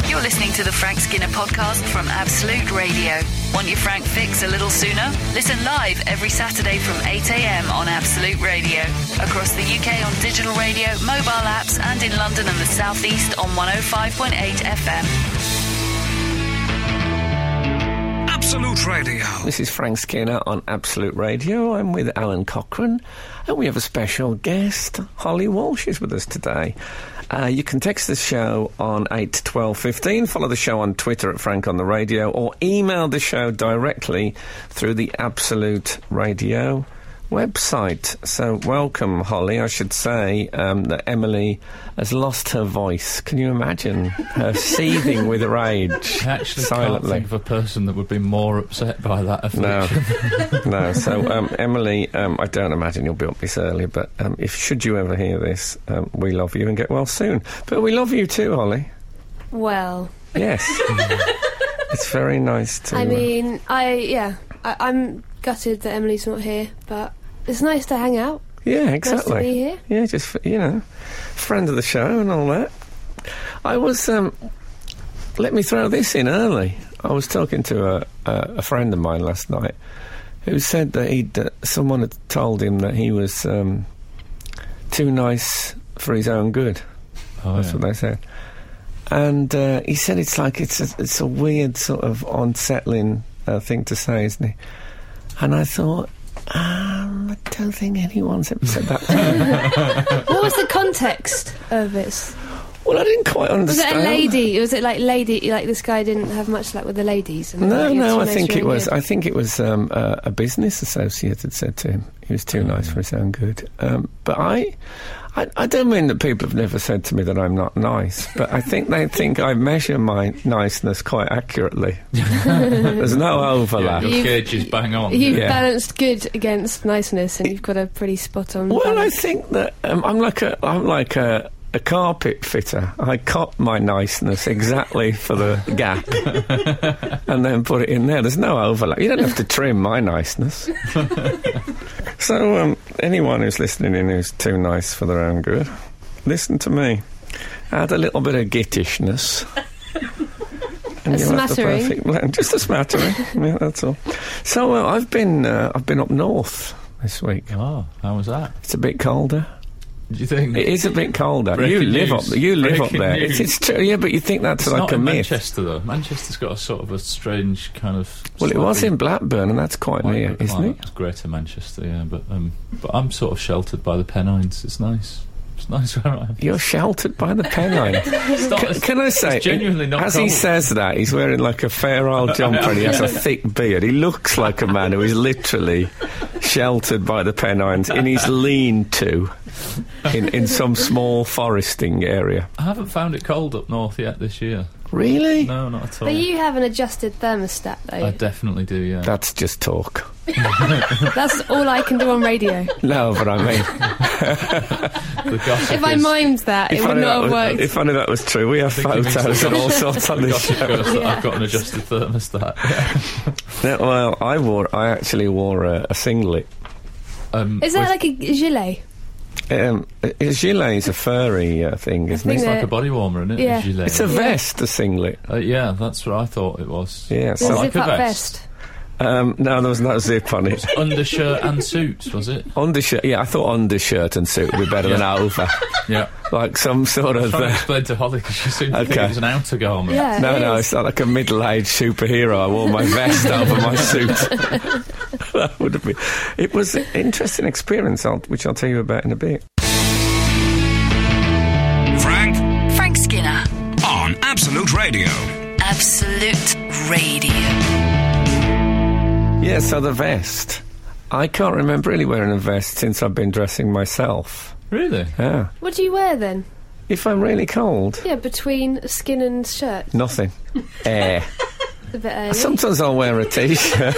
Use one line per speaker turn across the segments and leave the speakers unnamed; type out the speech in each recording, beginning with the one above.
listening to the Frank Skinner podcast from Absolute Radio. Want your Frank fix a little sooner? Listen live every Saturday from 8 a.m. on Absolute Radio. Across the UK on digital radio, mobile apps, and in London and the South East on 105.8 FM.
Absolute Radio.
This is Frank Skinner on Absolute Radio. I'm with Alan Cochrane, and we have a special guest. Holly Walsh is with us today. Uh, you can text the show on 8 12 15, follow the show on Twitter at Frank on the Radio, or email the show directly through the Absolute Radio website. So, welcome, Holly. I should say um, that Emily has lost her voice. Can you imagine her seething with rage?
I actually
silently.
can't think of a person that would be more upset by that
No,
affliction.
no. So, um, Emily, um, I don't imagine you'll be up this early, but um, if should you ever hear this, um, we love you and get well soon. But we love you too, Holly.
Well,
Yes, it's very nice to.
I
uh,
mean, I yeah, I, I'm gutted that Emily's not here, but it's nice to hang out.
yeah,
to
exactly.
be here.
Yeah, just you know, friend of the show and all that. I was. Um, let me throw this in early. I was talking to a, a, a friend of mine last night who said that he'd uh, someone had told him that he was um, too nice for his own good.
Oh,
That's
yeah.
what they said. And uh, he said it's like it's a, it's a weird sort of unsettling uh, thing to say, isn't it? And I thought, um, I don't think anyone's ever said that. to me.
What was the context of this?
well, I didn't quite
Was it
understand.
a lady? Was it like lady? Like this guy didn't have much luck with the ladies? And
No,
like, he was
no,
too
I
nice
think
for
it
him.
was. I think it was um, uh, a business associate had said to him he was too nice for his own good. Um, but I, I, I don't mean that people have never said to me that I'm not nice, but I think they think I measure my niceness quite accurately. There's no
Yeah,
overlap.
your
You've-
cage is bang on.
You've
Yeah.
balanced good against niceness, and you've got a pretty spot on.
Well, I
balance.
think that um, I'm like a I'm like a, a carpet fitter. I cut my niceness exactly for the gap, and then put it in there. There's no overlap. You don't have to trim my niceness. so um, anyone who's listening in who's too nice for their own good, listen to me. Add a little bit of gittishness.
A
And you'll have the
smattering.
perfect blend. Just a smattering. yeah, that's all. So uh, I've been uh, I've been up north this week.
Oh, how was that?
It's a bit colder.
Do you think?
It is a bit colder.
Breaking
you live
news.
up. You live
Breaking
up there. It's,
news.
it's true. Yeah, but you think that's
It's
like
not
a
in
myth.
Manchester though. Manchester's got a sort of a strange kind of.
Well, it was
slightly
in Blackburn, and that's quite
white
near,
climate.
isn't it?
It's Greater Manchester, yeah. But um, but I'm sort of sheltered by the Pennines. It's nice. It's nice where I am.
You're sheltered by the Pennine.
It's not-
Can,
it's-
can I say,
it's genuinely not
as he
cold.
says that, he's wearing like a fair old jumper and he has a thick beard. He looks like a man who is literally sheltered by the Pennines in his lean-to in, in some small foresting area.
I haven't found it cold up north yet this year.
Really?
No, not at all.
But you have an adjusted thermostat,
I
though.
definitely do, yeah.
That's just talk.
That's all I can do on radio.
No, but I mean...
the gossip
If I
is-
mimed that, it
If
would
only that
not have
was-
worked.
If only that was true. We have
think he means
photos
the
and all sorts on
the
this
gossip
show.
goes that I've got an adjusted thermostat.
Yeah, well, I wore. I actually wore a, a singlet.
Um,
Is that
with-
like a gilet?
Um, a, a gilet is a furry uh, thing, isn't
think
it?
it's like a body warmer, isn't it?
Yeah.
Gilet.
It's a vest, a singlet.
Uh, yeah, that's what I thought it was.
Yeah.
The
So,
like a
zip-up
vest.
vest.
um, no, there was no zip on it.
Undershirt and suits, was it?
Undershirt. Yeah, I thought undershirt and suit would be better than over.
Yeah.
Like some sort of.
Trying to
Uh,
explain to Holly because she seemed to think
Okay.
it was an outer garment.
Yeah.
no,
it
no,
is.
it's not like a middle-aged superhero. I wore my vest over my suit. that would have been. It was an interesting experience, I'll, which I'll tell you about in a bit.
Frank
Frank Skinner,
on Absolute Radio.
Absolute Radio.
Yeah, so the vest. I can't remember really wearing a vest since I've been dressing myself.
Really?
Yeah.
What do you wear then?
If I'm really cold,
Yeah, between skin and shirt.
nothing. Air.
It's a bit early.
Sometimes I'll wear a t shirt.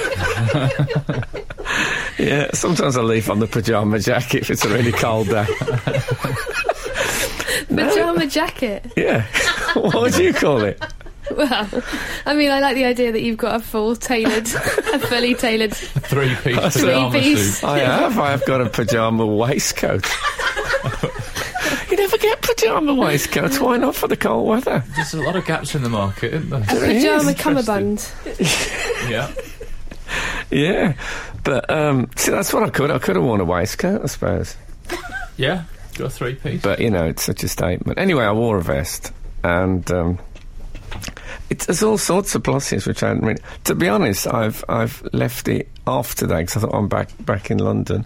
yeah, sometimes I leave on the pyjama jacket if it's a really cold day.
Pajama jacket.
Yeah. what would you call it?
Well, I mean, I like the idea that you've got a full tailored, a fully tailored
Three piece
Three
pyjama
piece.
suit.
I have. I have got a pyjama waistcoat. you never get Pajama waistcoats, why not for the cold weather?
There's a lot of gaps in the market, isn't there?
There is.
Pajama cummerbund.
yeah.
Yeah. But, um, see, that's what I could. I could have worn a waistcoat, I suppose.
Yeah. Got a three piece.
But, you know, it's such a statement. Anyway, I wore a vest. And, um, it's, there's all sorts of pluses which I hadn't really. To be honest, I've I've left it off today because I thought I'm back back in London,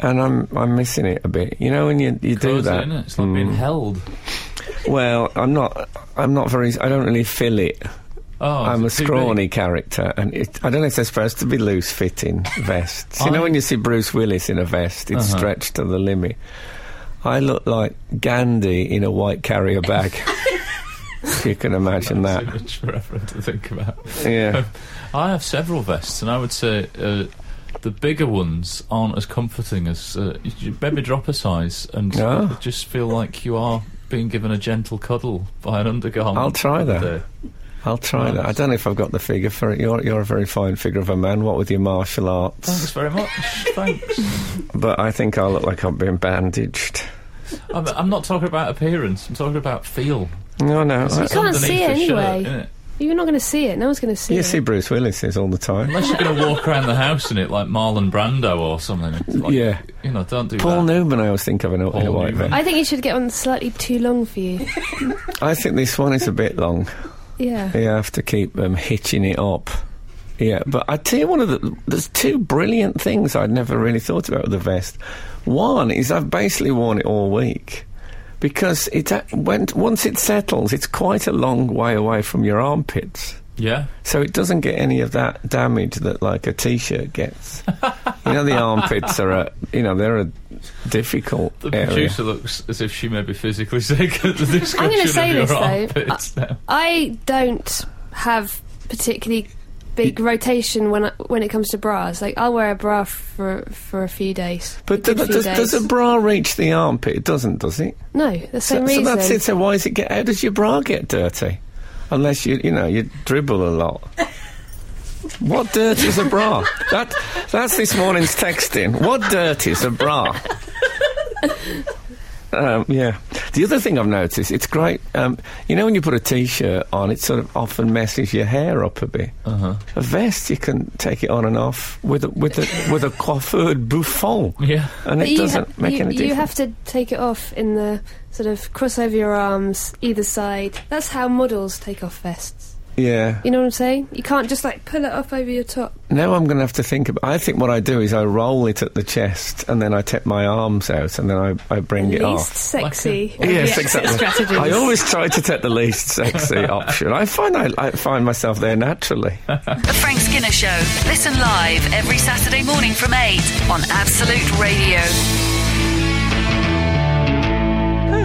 and I'm I'm missing it a bit. You know when you you do
Cozy,
that, Mm.
innit? It's like being held.
Well, I'm not. I'm not very. I don't really feel it.
Oh,
I'm a
is it too
scrawny
big?
character, and it, I don't know if they're supposed to be loose-fitting vests. You know,
I-
when you see Bruce Willis in a vest, it's
Uh-huh.
stretched to the limit. I look like Gandhi in a white carrier bag. if you can imagine
That's
that.
too much for everyone to think about.
Yeah.
I have several vests, and I would say uh, the bigger ones aren't as comforting as uh, you- you maybe drop a size, and
Yeah.
you just feel like you are being given a gentle cuddle by an undergarment.
I'll try that.
Uh,
I'll try that. I don't know if I've got the figure for it. You're, you're a very fine figure of a man, what with your martial
Thanks
arts.
very much. Thanks.
But I think I look like I'm being bandaged.
I'm, I'm not talking about appearance. I'm talking about feel.
No, no.
It's
I-
can't
underneath
see it
the shirt,
anyway.
innit?
You're not going to see it. No one's going to see
you
it.
see Bruce Willis all the time.
Unless you're going to walk around the house in it like Marlon Brando or something. It's like,
Yeah.
You know, don't do
Paul
that.
Newman, I always think of in a, in a
Paul
white
Newman.
vest.
I think you should get one slightly too long for you.
I think this one is a bit long.
Yeah.
You have to keep um, hitching it up. Yeah, but I tell you one of the there's two brilliant things I'd never really thought about with the vest. One is I've basically worn it all week because it a- when once it settles, it's quite a long way away from your armpits,
yeah.
so it doesn't get any of that damage that like a t-shirt gets. you know, the armpits are a you know they're a difficult
The
area.
producer looks as if she may be physically sick at the description
I'm going to
of
say
your
this
armpits
though.
now.
I don't have particularly big rotation when I, when it comes to bras. Like I'll wear a bra for for a few days.
But does,
a good few
does,
days.
does a bra reach the armpit? It doesn't, does it?
no
So,
the same
so
reason.
that's it. So why does it get? How does your bra get dirty? Unless you, you know, you dribble a lot. What dirt is a bra? That that's this morning's texting. What dirt is a bra? Um, yeah. The other thing I've noticed, it's great. Um, you know, when you put a t-shirt on, it sort of often messes your hair up a bit.
Uh-huh.
A vest, you can take it on and off with a, with a, with a coiffured bouffant,
Yeah.
and
But
it
you
doesn't
ha-
make
you,
any
you
difference.
have to take it off in the sort of cross over your arms either side. That's how models take off vests.
yeah.
You know what I'm saying? You can't just like pull it off over your top.
Now I'm going to have to think about. I think what I do is I roll it at the chest, and then I take my arms out, and then I, I bring it
Least
off.
sexy. of the
Yes,
exit
exactly.
strategies.
I always try to take the least sexy option. I find I, I find myself there naturally.
The Frank Skinner Show. Listen live every Saturday morning from 8 on Absolute Radio.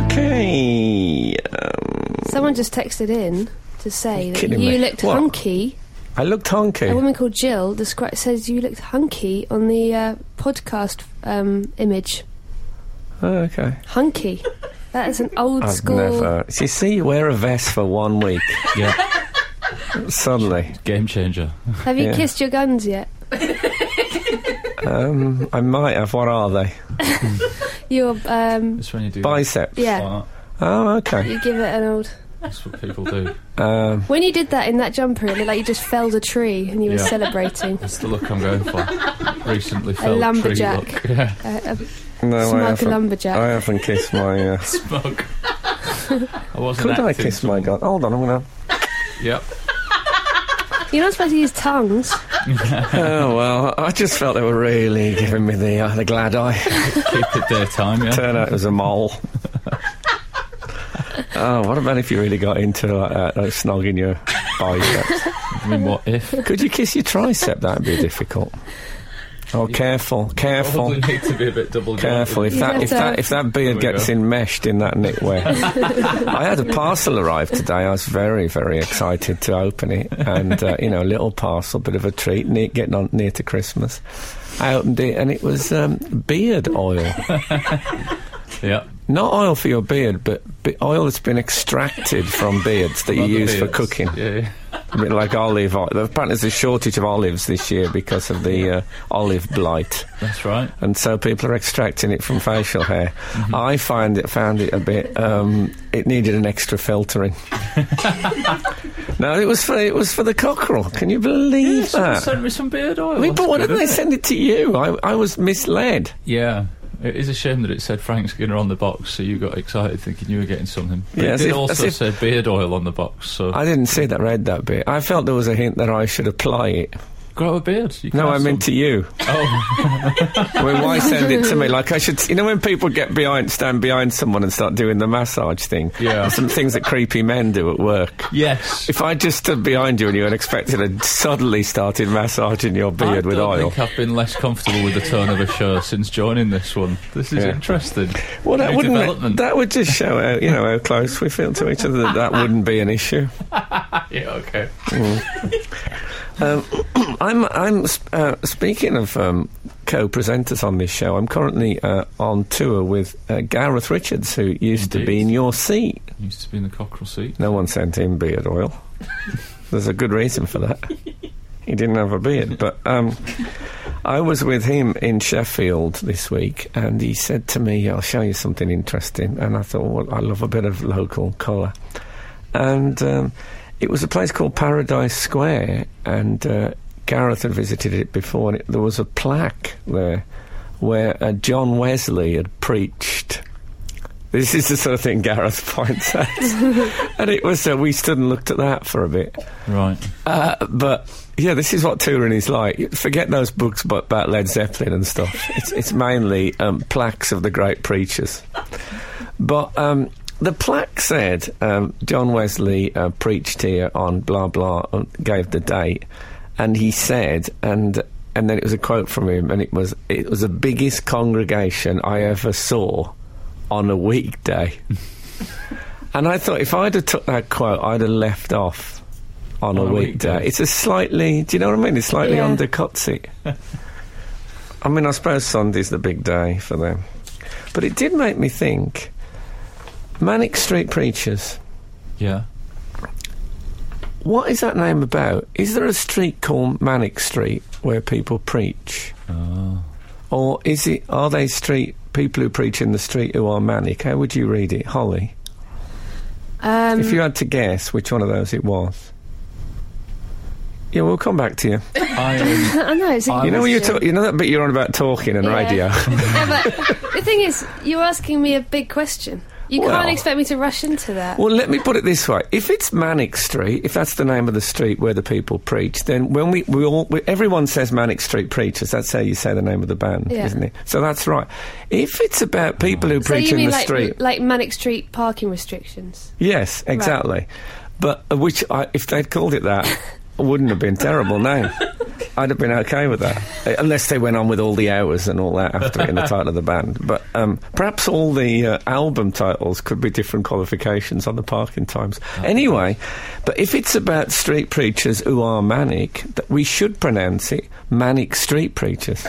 Okay, um,
Someone just texted in to say that
kidding
you
me.
looked
What?
hunky.
I looked honky.
A woman called Jill descri- says you looked hunky on the uh, podcast um, image.
Oh, okay,
Hunky. That is an old
I've
school.
never. You see, you wear a vest for one week
Yeah.
suddenly.
Game changer.
Have you
yeah.
kissed your guns yet?
Um, I might have. What are they?
Your um,
It's when you do
Biceps.
yeah.
like
Oh, okay.
You give it an old.
that. That's what people do.
Um,
When you did that in that jumper, it looked like you just felled a tree and you were
Yeah.
celebrating.
That's the look I'm going for. Recently felt
lumberjack.
tree look. Yeah.
Uh,
no,
a
I
smug
haven't.
lumberjack.
I haven't kissed my. Uh,
Smug. I wasn't
could I
acting,
kiss
so-
my gun? Hold on, I'm gonna.
Yep.
You're not supposed to use tongues.
Oh well, I just felt they were really giving me the uh, the glad eye.
Keep it daytime, yeah.
Turned out it was a mole. oh, what about if you really got into like, that, like snogging your biceps?
I mean, what if?
Could you kiss your tricep? That'd be difficult. Oh, careful,
Probably
careful,
need to be a bit double
careful! If
You'd
that
have
if
to-
that if that beard
There we
gets
go.
enmeshed in that knitwear. I had a parcel arrive today. I was very very excited to open it, and uh, you know, a little parcel, bit of a treat, near, getting on near to Christmas. I opened it, and it was um, beard oil.
Yeah.
Not oil for your beard, but be- oil that's been extracted from beards that you
Other
use for
beards.
cooking.
Yeah. yeah.
A bit like olive oil. Apparently, there's a shortage of olives this year because of the uh, olive blight,
That's right.
and so people are extracting it from facial hair.
Mm-hmm.
I find it found it a bit. Um, it needed an extra filtering. no, it was for it was for the cockerel. Can you believe
Yeah, someone
that?
sent me some beard oil.
I mean, but
That's
why
good,
didn't they
isn't
send it to you? I, I was misled.
it? Yeah. It is a shame that it said Frank Skinner on the box, so you got excited thinking you were getting something. But
Yeah,
it
as
did
if- as
also
if-
say beard oil on the box, so
I didn't see that, read that bit. I felt there was a hint that I should apply it.
grow a beard. You can
No,
have
I meant to
some.
you.
Oh,
Well, why send it to me? Like I should, you know, when people get behind, stand behind someone and start doing the massage thing.
Yeah.
Some things that creepy men do at work.
yes.
If I just stood behind you and you unexpected and suddenly started massaging your
I
beard with
don't
oil,
think I've been less comfortable with the tone of a show since joining this one. This is
Yeah.
interesting.
well, that
New
wouldn't
development.
that would just show how you know how close we feel to each other. That that wouldn't be an issue.
yeah, okay.
I'm I'm sp- uh, speaking of um, co-presenters on this show. I'm currently uh, on tour with uh, Gareth Richards, who used to be
Indeed.
in your seat.
Used to be in the cockerel seat.
No one sent him beard oil. There's a good reason for that. He didn't have a beard, but um, I was with him in Sheffield this week, and he said to me, "I'll show you something interesting." And I thought, "Well, I love a bit of local colour," and um, it was a place called Paradise Square, and uh, Gareth had visited it before, and it, there was a plaque there where uh, John Wesley had preached. This is the sort of thing Gareth points out. and it was, uh, we stood and looked at that for a bit.
Right.
Uh, but yeah, this is what touring is like. Forget those books bu- about Led Zeppelin and stuff. It's, it's mainly um, plaques of the great preachers. But um, the plaque said um, John Wesley uh, preached here on blah blah, and gave the date, and he said, and and then it was a quote from him, and it was it was the biggest congregation I ever saw on a weekday. and I thought if I'd have took that quote, I'd have left off on, a,
a
weekday.
weekday.
It's a slightly, do you know what I mean? It slightly
Yeah.
undercuts it. I mean, I suppose Sunday's the big day for them. But it did make me think Manic Street Preachers.
Yeah.
What is that name about? Is there a street called Manic Street where people preach?
Oh.
Or is it are they street people who preach in the street who are manic? How would you read it, Holly?
Um,
if you had to guess which one of those it was. Yeah, we'll come back to you.
I, um,
I know. It's a
You
You know,
what
when you, talk, you know that bit you're on about talking and
Yeah.
radio?
The thing is, you're asking me a big question. You
Well-
can't expect me to rush into that.
Well, let me put it this way: if it's Manic Street, if that's the name of the street where the people preach, then when we, we all we, everyone says Manic Street Preachers, that's how you say the name of the band,
Yeah.
isn't it? So that's right. If it's about people who
so
preach
you
in
mean
the
like
street,
like Manic Street parking restrictions?
yes, exactly. But uh, which, I, if they'd called it that, wouldn't have been terrible. No, I'd have been okay with that, Uh, unless they went on with all the hours and all that after it in the title of the band. But um, perhaps all the uh, album titles could be different qualifications on the parking times. anyway, but if it's about street preachers who are manic, that we should pronounce it manic street preachers.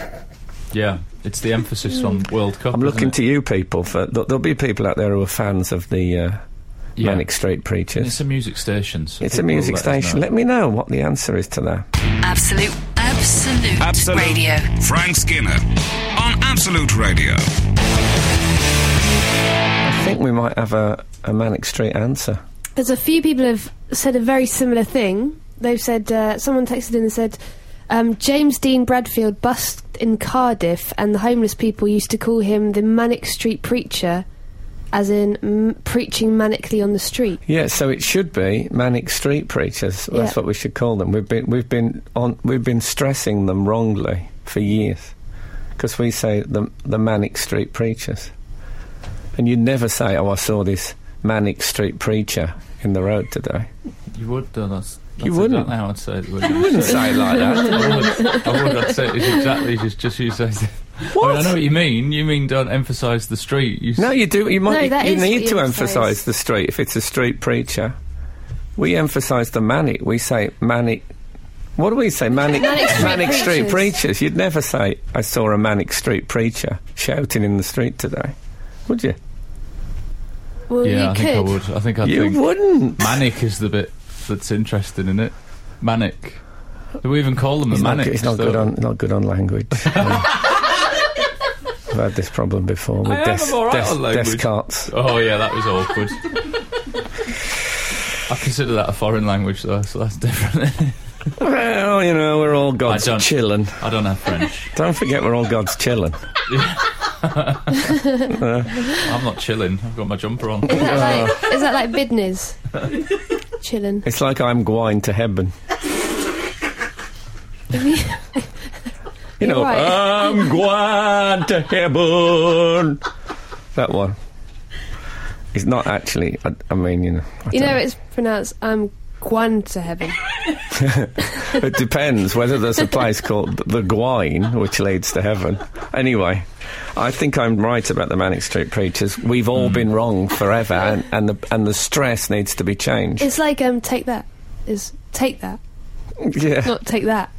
yeah. It's the emphasis on World Cup.
I'm looking
isn't
to you people for th- there'll be people out there who are fans of the uh,
it? yeah.
manic street preachers.
It's a music station. so
It's a
people
music
will let us
station.
know.
Let me know what the answer is to that.
Absolute, absolute,
Absolute.
radio.
Frank Skinner on Absolute Radio.
I think we might have a, a Manic Street answer.
There's a few people have said a very similar thing. They've said uh, someone texted in and said um, James Dean Bradfield bust in Cardiff, and the homeless people used to call him the Manic Street Preacher, as in m- preaching manically on the street.
Yeah, so it should be Manic Street Preachers. That's
Yeah.
what we should call them. We've been we've been on we've been stressing them wrongly for years because we say the the Manic Street Preachers, and you never say, "Oh, I saw this Manic Street Preacher in the road today."
You would, though. That's, that's
You wouldn't.
Exactly how I'd say it.
You wouldn't say it like that.
I would. I would. I'd say it's exactly just just you say. I, mean, I know what you mean. You mean don't emphasise the street. You s-
No, you do. You
No,
might.
that
you
is what
need
you
to
emphasise.
emphasise the street if it's a street preacher. We emphasise the manic. We say manic. What do we say? Manic,
Manic
street
street preachers.
preachers. You'd never say, "I saw a manic street preacher shouting in the street today," would you?
Well,
Yeah,
you
I
could.
think I would. I think I
you
think
wouldn't.
manic is the bit that's interesting in it. manic. Do we even call them the
He's not,
manic?
good, he's not good on not good on language. Yeah. I've had this problem before with
I am,
desk,
I'm all right
desk,
on language.
desk carts.
Oh yeah, that was awkward. I consider that a foreign language though, so that's different.
Well, you know, we're all gods
don't-
chilling.
I don't have French.
Don't forget, we're all gods chilling.
I'm not chilling. I've got my jumper on.
Is that like, is that like bidness? Chillin'.
It's like I'm going to heaven. You know,
You're right.
I'm going to heaven. That one. It's not actually. I, I mean, you know. I
You
don't
know, it's pronounced I'm Guan to heaven.
It depends whether there's a place called the Gwine, which leads to heaven. Anyway, I think I'm right about the Manic Street Preachers. We've
Mm.
all been wrong forever, and, and the and the stress needs to be changed.
It's like um, take that is take that,
Yeah, well,
not take that.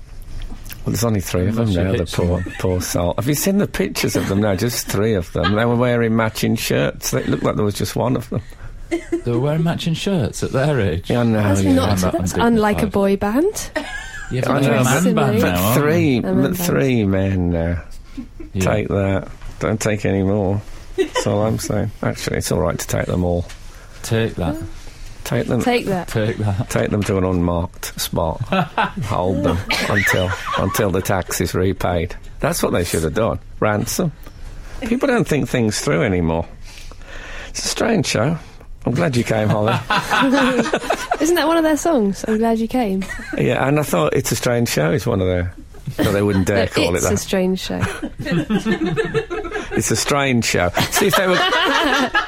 there's only three of them
Unless you
now.
hit
The poor poor soul. Have you seen the pictures of them now? Just three of them. They were wearing matching shirts. It looked like there was just one of them.
They were wearing matching shirts at their age.
Yeah, I know.
That's
yeah.
not
That
that's
Oh, undignified.
unlike a boy band.
I
Yeah, but they're
know,
a man
but-
band
but
now,
But
aren't
three,
They're men
but three men now.
they? Yeah.
Take that. Don't take any more. That's all I'm saying. Actually, it's all right to take them all.
Take that.
Take them.
Take that.
Take that.
Take them to an unmarked spot. Hold them until until the tax is repaid. That's what they should have done. Ransom. People don't think things through anymore. It's a strange show. I'm glad you came, Holly.
Isn't that one of their songs? I'm glad you came.
yeah, and I thought it's a strange show. It's one of their. No, they wouldn't dare
No,
call
it's
it
a
that.
strange show.
it's a strange show. See if they were,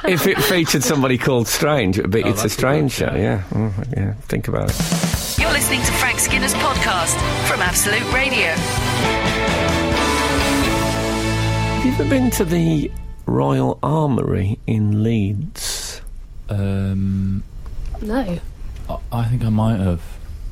if it featured somebody called Strange, it would be.
Oh,
it's a
that's a
strange
good
show.
show.
Yeah, Mm, yeah. Think about it.
You're listening to Frank Skinner's podcast from Absolute Radio.
Have you ever been to the Royal Armoury in Leeds?
Um,
No,
I, I think I might have.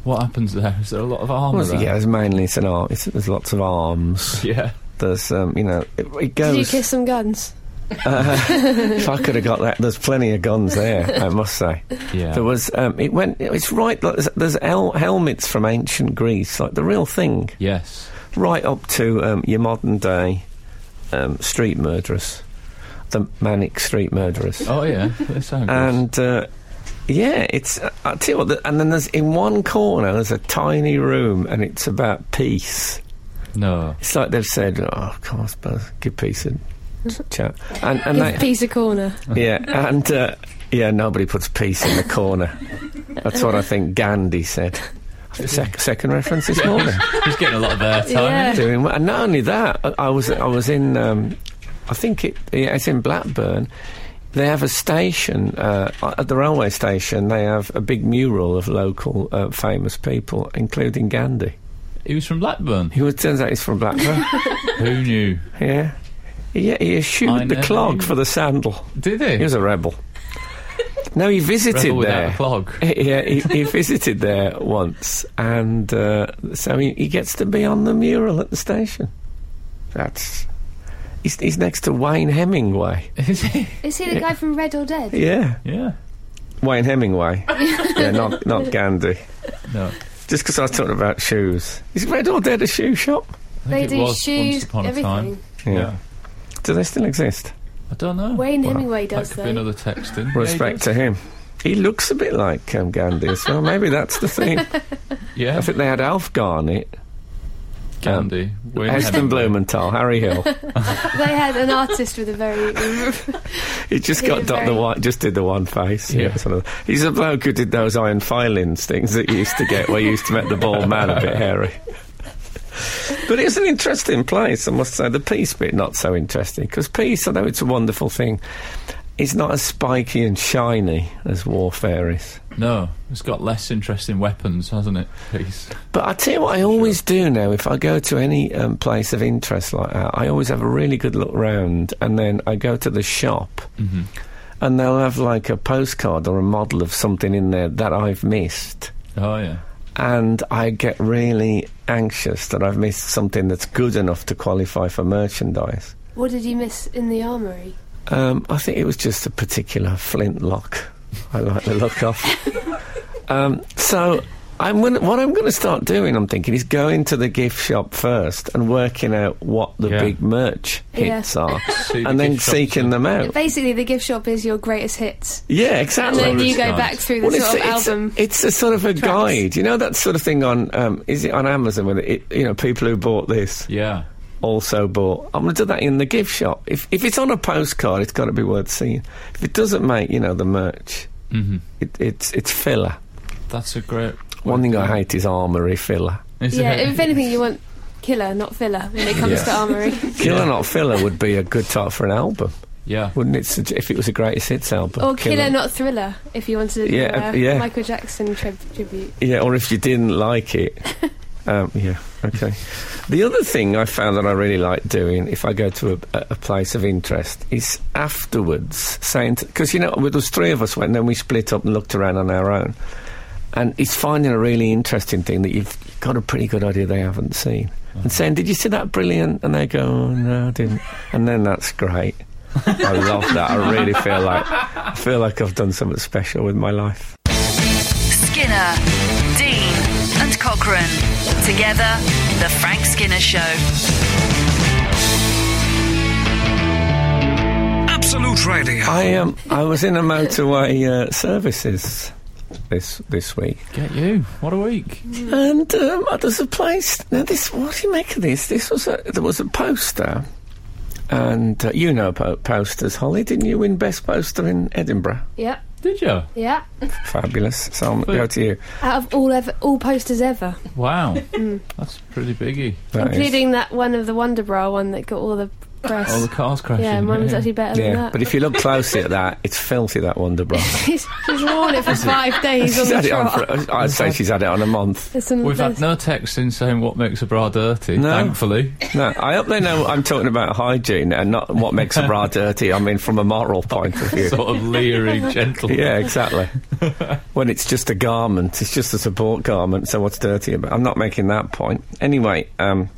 What happens there? Is there a lot of armour?
Well,
there?
yeah, there's mainly it's an arm. It's, there's lots of arms.
Yeah.
There's, um, you know, it, it
did you
goes.
kiss some guns?
if I could have got that, there's plenty of guns there. I must say.
Yeah.
There was. Um, it went. It's right. Like, there's there's el- helmets from ancient Greece, like the real thing,
yes.
right up to um, your modern day um, street murderers, the manic street murderers.
Oh yeah. That sounds
and uh, yeah, it's uh, I- I tell you what, the, and then there's in one corner there's a tiny room, and it's about peace.
good. No.
It's like they've said, oh, come on, I suppose, give peace and chat, and and
Mm-hmm. Give
they,
peace a corner.
yeah, and uh, yeah, nobody puts peace in the corner. That's what I think Gandhi said. Sec- second reference this morning.
He's getting a lot of airtime.
Yeah.
doing well. And not only that, I, I was I was in um, I think it yeah, it's in Blackburn. They have a station uh, at the railway station. They have a big mural of local uh, famous people, including Gandhi,
He was from Blackburn.
who it turns out is from Blackburn.
Who knew?
yeah, yeah, he
I
eschewed the
know.
clog for the sandal.
Did he?
He was a rebel. No, he visited
Rebel without
there.
a clog.
yeah, he, he visited there once, and uh, so he, he gets to be on the mural at the station. That's he's, he's next to Wayne Hemingway.
Is he?
Is he the guy from Red or Dead?
Yeah,
Yeah.
Wayne Hemingway. yeah, not not Gandhi.
No.
Just because I was talking about shoes, is Red or Dead a shoe shop?
I
They
think it
do
was
shoes,
Once upon a
everything.
time.
Yeah.
Yeah.
Do they still exist?
I don't know.
Wayne Hemingway
that
does
could
though.
be another texting.
Respect to him. He looks a bit like um, Gandhi as well. Maybe that's the thing.
Yeah.
I think they had Alf Garnett,
Gandhi. Wayne
um, Heston
Hemingway.
Blumenthal, Harry Hill.
They had an artist with a very.
He just
He
got
was
dot the
very-
one, just did the one face. Yeah.
Yeah.
that's one of the- he's a bloke who did those iron filings things that you used to get where you used to make the bald man a bit hairy. But it's an interesting place, I must say. The peace bit not so interesting because peace, although it's a wonderful thing, is not as spiky and shiny as warfare is.
No, it's got less interesting weapons, hasn't it? Peace.
But I tell you what, I always do now. If I go to any um, place of interest like that, I always have a really good look round, and then I go to the shop, and they'll have like a postcard or a model of something in there that I've missed,
Oh yeah.
and I get really anxious that I've missed something that's good enough to qualify for merchandise.
what did you miss in the armory?
Um, I think it was just a particular flintlock. I like the look of. Um, so I'm gonna, what I'm going to start doing, I'm thinking, is going to the gift shop first and working out what the
Yeah.
big merch
Yeah.
hits are,
See the
and then
gift shops
seeking
and-
them out.
Basically, the gift shop is your greatest hits,
Yeah,
and
exactly.
then you
it's
go
nice.
back through the sort of
it's,
album.
it's a sort of a guide, you know that sort of thing on um, is it on Amazon? Where it, you know people who bought this
Yeah.
also bought. I'm going to do that in the gift shop. If if it's on a postcard, it's got to be worth seeing. If it doesn't make you know the merch,
Mm-hmm.
it, it's it's filler.
That's a great.
One thing I hate is armoury filler.
Is
yeah,
it?
if anything, you want killer, not filler, when it comes
Yeah.
to armory.
Killer Not Filler would be a good title for an album,
Yeah.
wouldn't it? sug- If it was a greatest hits album,
or Oh, killer, not thriller, if you wanted to do
Yeah,
a
yeah.
Michael Jackson tri- tribute.
Yeah, or if you didn't like it. Um, yeah, okay. The other thing I found that I really like doing if I go to a, a place of interest is afterwards saying, because you know, with us three of us went and then we split up and looked around on our own. And it's finding a really interesting thing that you've got a pretty good idea they haven't seen. And saying, Did you see that brilliant? And they go, oh, No, I didn't. And then that's great. I love that. I really feel like I feel like I've done something special with my life.
Skinner, Dean, and Cochrane. Together, The Frank Skinner Show.
Absolute Radio.
I um I was in a motorway uh, services this this week,
Get you. What a week.
and um, there's a place. Now this, what do you make of this? This was a there was a poster, and uh, you know po- posters, Holly. Didn't you win best poster in Edinburgh?
Yeah,
Did you?
yeah.
Fabulous. So I'm go to you.
Out of all ever, all posters ever,
Wow.
Mm.
That's pretty biggie.
That is-
including that one of the Wonder Bra one that got all the press.
All the cars crashing.
yeah, mine was actually better than
Yeah,
that.
but if you look closely at that, it's filthy. That Wonder Bra.
she's, she's worn it for five days on
she's
the
had it on
trot.
for. I'd say she's had it on a month.
There's some-
We've had
there's-
no text in saying what makes a bra dirty,
No.
thankfully.
No, I hope they know I'm talking about hygiene and not what makes a bra dirty. I mean, from a moral point of view.
sort of leery gentleman.
Yeah, exactly. when it's just a garment, it's just a support garment. So what's dirty about? I'm not making that point. Anyway, um,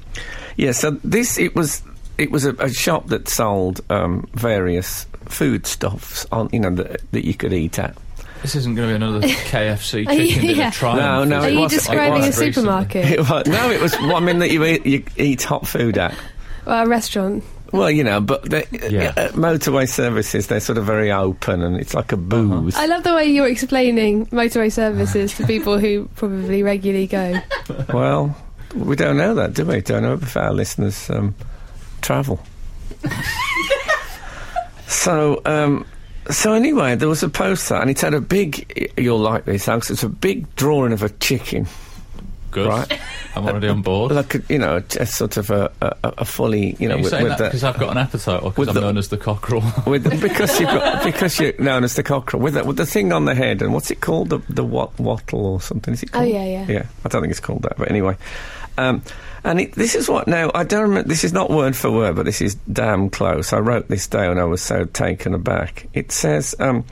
yeah. So this it was it was a, a shop that sold um, various foodstuffs on you know that, that you could eat at.
This isn't going to be another KFC
Are you-
chicken dinner
yeah.
triumph.
No, no,
is it?
Are
it
you
wasn't- it
describing a
wasn't
recently.
supermarket
It was, no, it was. Well, I mean that you eat you eat hot food at.
or a restaurant?
Well, you know, but the,
Yeah.
uh, motorway services they're sort of very open and it's like a booth.
I love the way you're explaining motorway services to people who probably regularly go.
Well, we don't know that, do we? Don't know if our listeners um, travel. so, um, so anyway, there was a poster, and it had a big. You'll like this, Alex. It's a big drawing of a chicken,
Good.
Right.
I'm already on board.
like a, you know, a, a sort of a, a, a fully, you know,
Are you
with,
saying
with
that because
the.
I've got an appetite or
with
because I'm
the-
known as the cockerel?
With the, because you've got, because you're known as the cockerel with the, with the thing on the head and what's it called the the wat, wattle or something is it
Oh
called
yeah, yeah.
Yeah, I don't think it's called that, but anyway. Um, and it, this is what now I don't remember. This is not word for word, but this is damn close. I wrote this down. I was so taken aback. It says, um,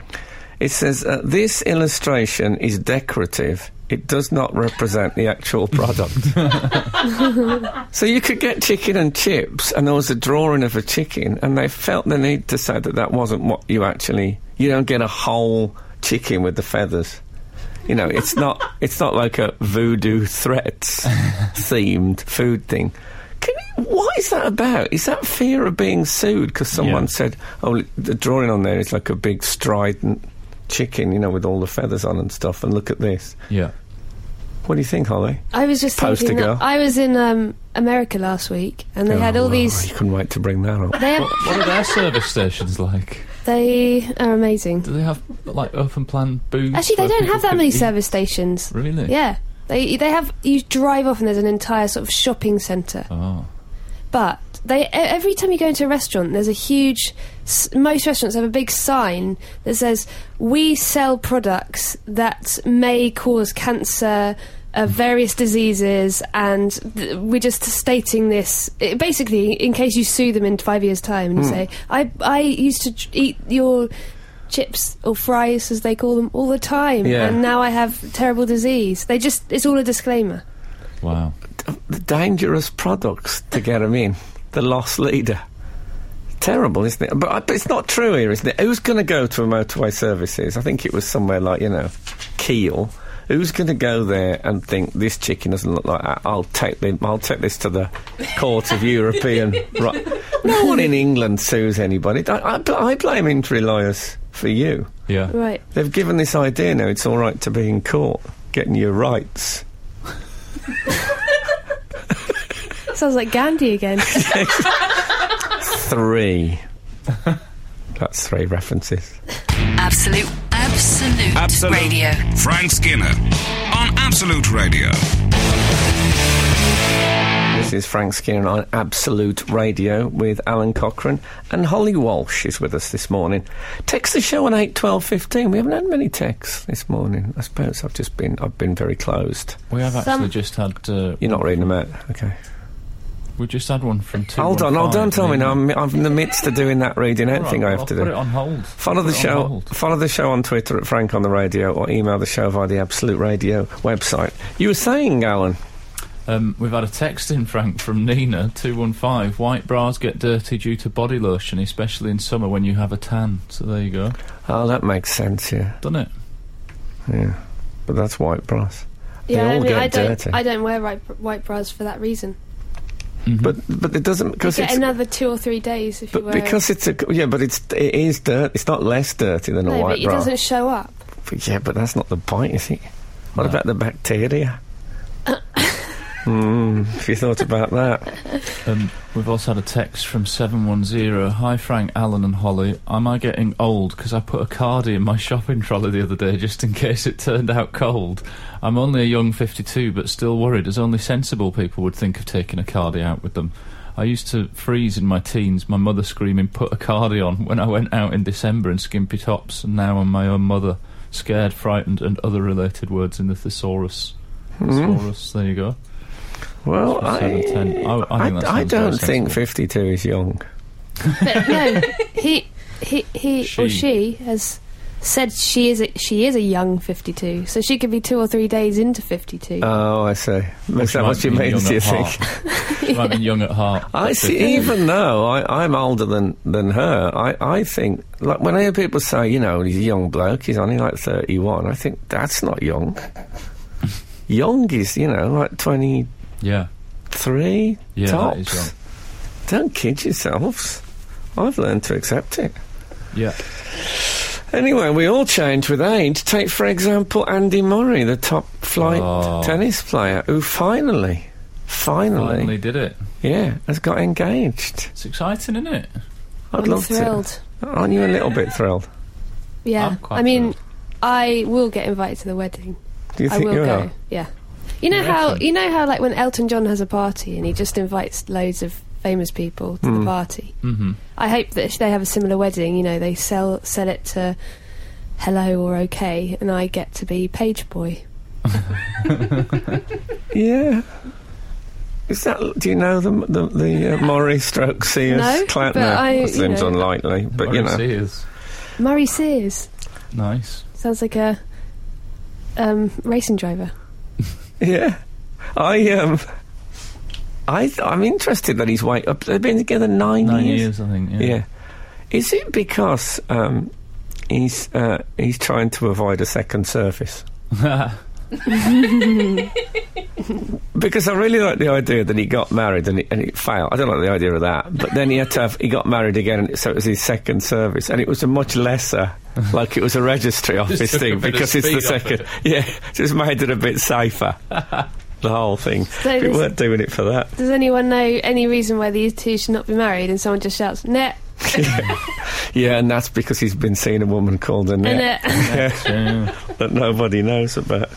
"It says uh, this illustration is decorative. It does not represent the actual product." so you could get chicken and chips, and there was a drawing of a chicken, and they felt the need to say that that wasn't what you actually. You don't get a whole chicken with the feathers. You know, it's not it's not like a voodoo threats themed food thing. Can you, what is that about? Is that fear of being sued because someone
Yeah.
said, "Oh, l- the drawing on there is like a big strident chicken, you know, with all the feathers on and stuff." And look at this.
Yeah.
What do you think, Holly?
I was just
Poster
thinking
girl.
that I was in um, America last week, and they had
Oh,
all
well,
these.
You couldn't wait to bring that up.
They have,
What, what are their service stations like?
they are amazing.
Do they have like open plan booths?
Actually, they
where
don't
people
have that
could
many
eat?
service stations.
Really?
Yeah, they they have. You drive off, and there's an entire sort of shopping centre.
Oh.
But they e- every time you go into a restaurant, there's a huge. s- Most restaurants have a big sign that says, "We sell products that may cause cancer." Uh, various diseases, and th- we're just stating this i basically in case you sue them in five years' time and say, "I I used to tr- eat your chips or fries as they call them all the time,
Yeah.
and now I have terrible disease." They just—it's all a disclaimer.
Wow.
The dangerous products to get them in. The lost leader. Terrible, isn't it? But, I- but it's not true here, isn't it? Who's going to go to a motorway services? I think it was somewhere like you know, Kiel. Who's going to go there and think this chicken doesn't look like that? I'll take them. I'll take this to the court of European. Right. No one in England sues anybody. I, I, bl- I blame injury lawyers for you.
Yeah.
Right.
They've given this idea now. It's all right to be in court, getting your rights.
Sounds like Gandhi again.
Three. That's three references.
Absolute, absolute,
Absolute.
radio.
Frank Skinner on Absolute Radio.
This is Frank Skinner on Absolute Radio with Alan Cochrane and Holly Walsh is with us this morning. Text the show on eight twelve fifteen. We haven't had many texts this morning. I suppose I've just been I've been very closed.
We have actually
Some-
just had. Uh,
You're not reading them out, okay?
we just had one from two.
Hold on, hold on, tell me now. I'm, I'm in the midst of doing that reading out thing I have
will
to
put
do.
it on hold.
Follow the
Put it on
show.
hold.
Follow the show on Twitter at Frank on the Radio, or email the show via the Absolute Radio website. You were saying, Alan?
Um, we've had a text in, Frank, from Nina, 215. White bras get dirty due to body lotion, especially in summer when you have a tan. So there you go.
Oh, that makes sense. Yeah,
Done it.
yeah. But that's white brass.
yeah,
all
I mean,
get
I don't.
dirty.
I don't wear white, white bras for that reason.
Mm-hmm.
But but it doesn't because
Get
it's
another two or three days if you
But
wear. it.
because it's a yeah, but it's it is dirt. It's not less dirty than a
no, but
white
it
bra.
doesn't show up.
But yeah, but that's not the point, is it? What
No.
about the bacteria? Hmm. If you thought about that,
Um, we've also had a text from 710. Hi, Frank, Alan, and Holly. Am I getting old? Because I put a cardi in my shopping trolley the other day just in case it turned out cold. I'm only a young 52, but still worried, as only sensible people would think of taking a cardi out with them. I used to freeze in my teens, my mother screaming, put a cardi on, when I went out in December in skimpy tops, and now I'm my own mother, scared, frightened, and other related words in the thesaurus. Thesaurus, there you go.
well,
That's
I,
seven, ten. I- I think
I
that sounds very
don't think
sensible.
fifty-two is young.
But no, he he he
She.
or she has said she is a, she is a young 52, so she could be two or three days into 52.
Oh, I see. Is that
might
what you
be
mean?
young
Do you
at
think?
heart. She might be young at heart.
I see. Even though I, I'm older than, than her, I, I think like when I hear people say, you know, he's a young bloke, he's only like thirty one. I think that's not young. young is you know like twenty
Yeah.
three
Yeah, that is
tops.
young.
Don't kid yourselves. I've learned to accept it.
Yeah.
Anyway, we all change with age. Take, for example, Andy Murray, the top flight
Oh.
tennis player, who finally, finally,
Finally did it.
yeah, has got engaged.
It's exciting, isn't it?
I'd
I'm
love
thrilled.
to. Aren't you a little bit thrilled?
Yeah,
I'm quite
I mean,
thrilled.
I will get invited to the wedding.
Do you
I
think
will
you
go.
are?
Yeah, you know
You
how
reckon?
you know how like when Elton John has a party and he just invites loads of famous people to the party.
Mm-hmm.
I hope that if they have a similar wedding, you know, they sell sell it to Hello or OK, and I get to be page boy.
Yeah. Is that? Do you know the the, the uh, Maury Stroke Sears
No,
clan?
but I- you
that seems
know.
unlikely, but you know.
Sears.
Murray Sears
Nice.
sounds like a um, racing driver.
Yeah, I um, I th- I'm interested that he's wait. uh, They've been together nine,
Nine years, I think. Yeah.
Yeah. Is it because um, he's uh, he's trying to avoid a second surface? Because I really like the idea that he got married and it, and it failed. I don't like the idea of that. But then he had to have, he got married again, and it- so it was his second service, and it was a much lesser, like it was a registry office
took a
thing
bit of
because it's the
speed off
second.
it.
Yeah, just made it a bit safer. the whole thing.
So
we
this-
weren't doing it for that.
Does anyone know any reason why these two should not be married? And someone just shouts, "Net,
Yeah, and that's because he's been seeing a woman called Annette
net." I
Yeah.
uh,
that nobody knows about.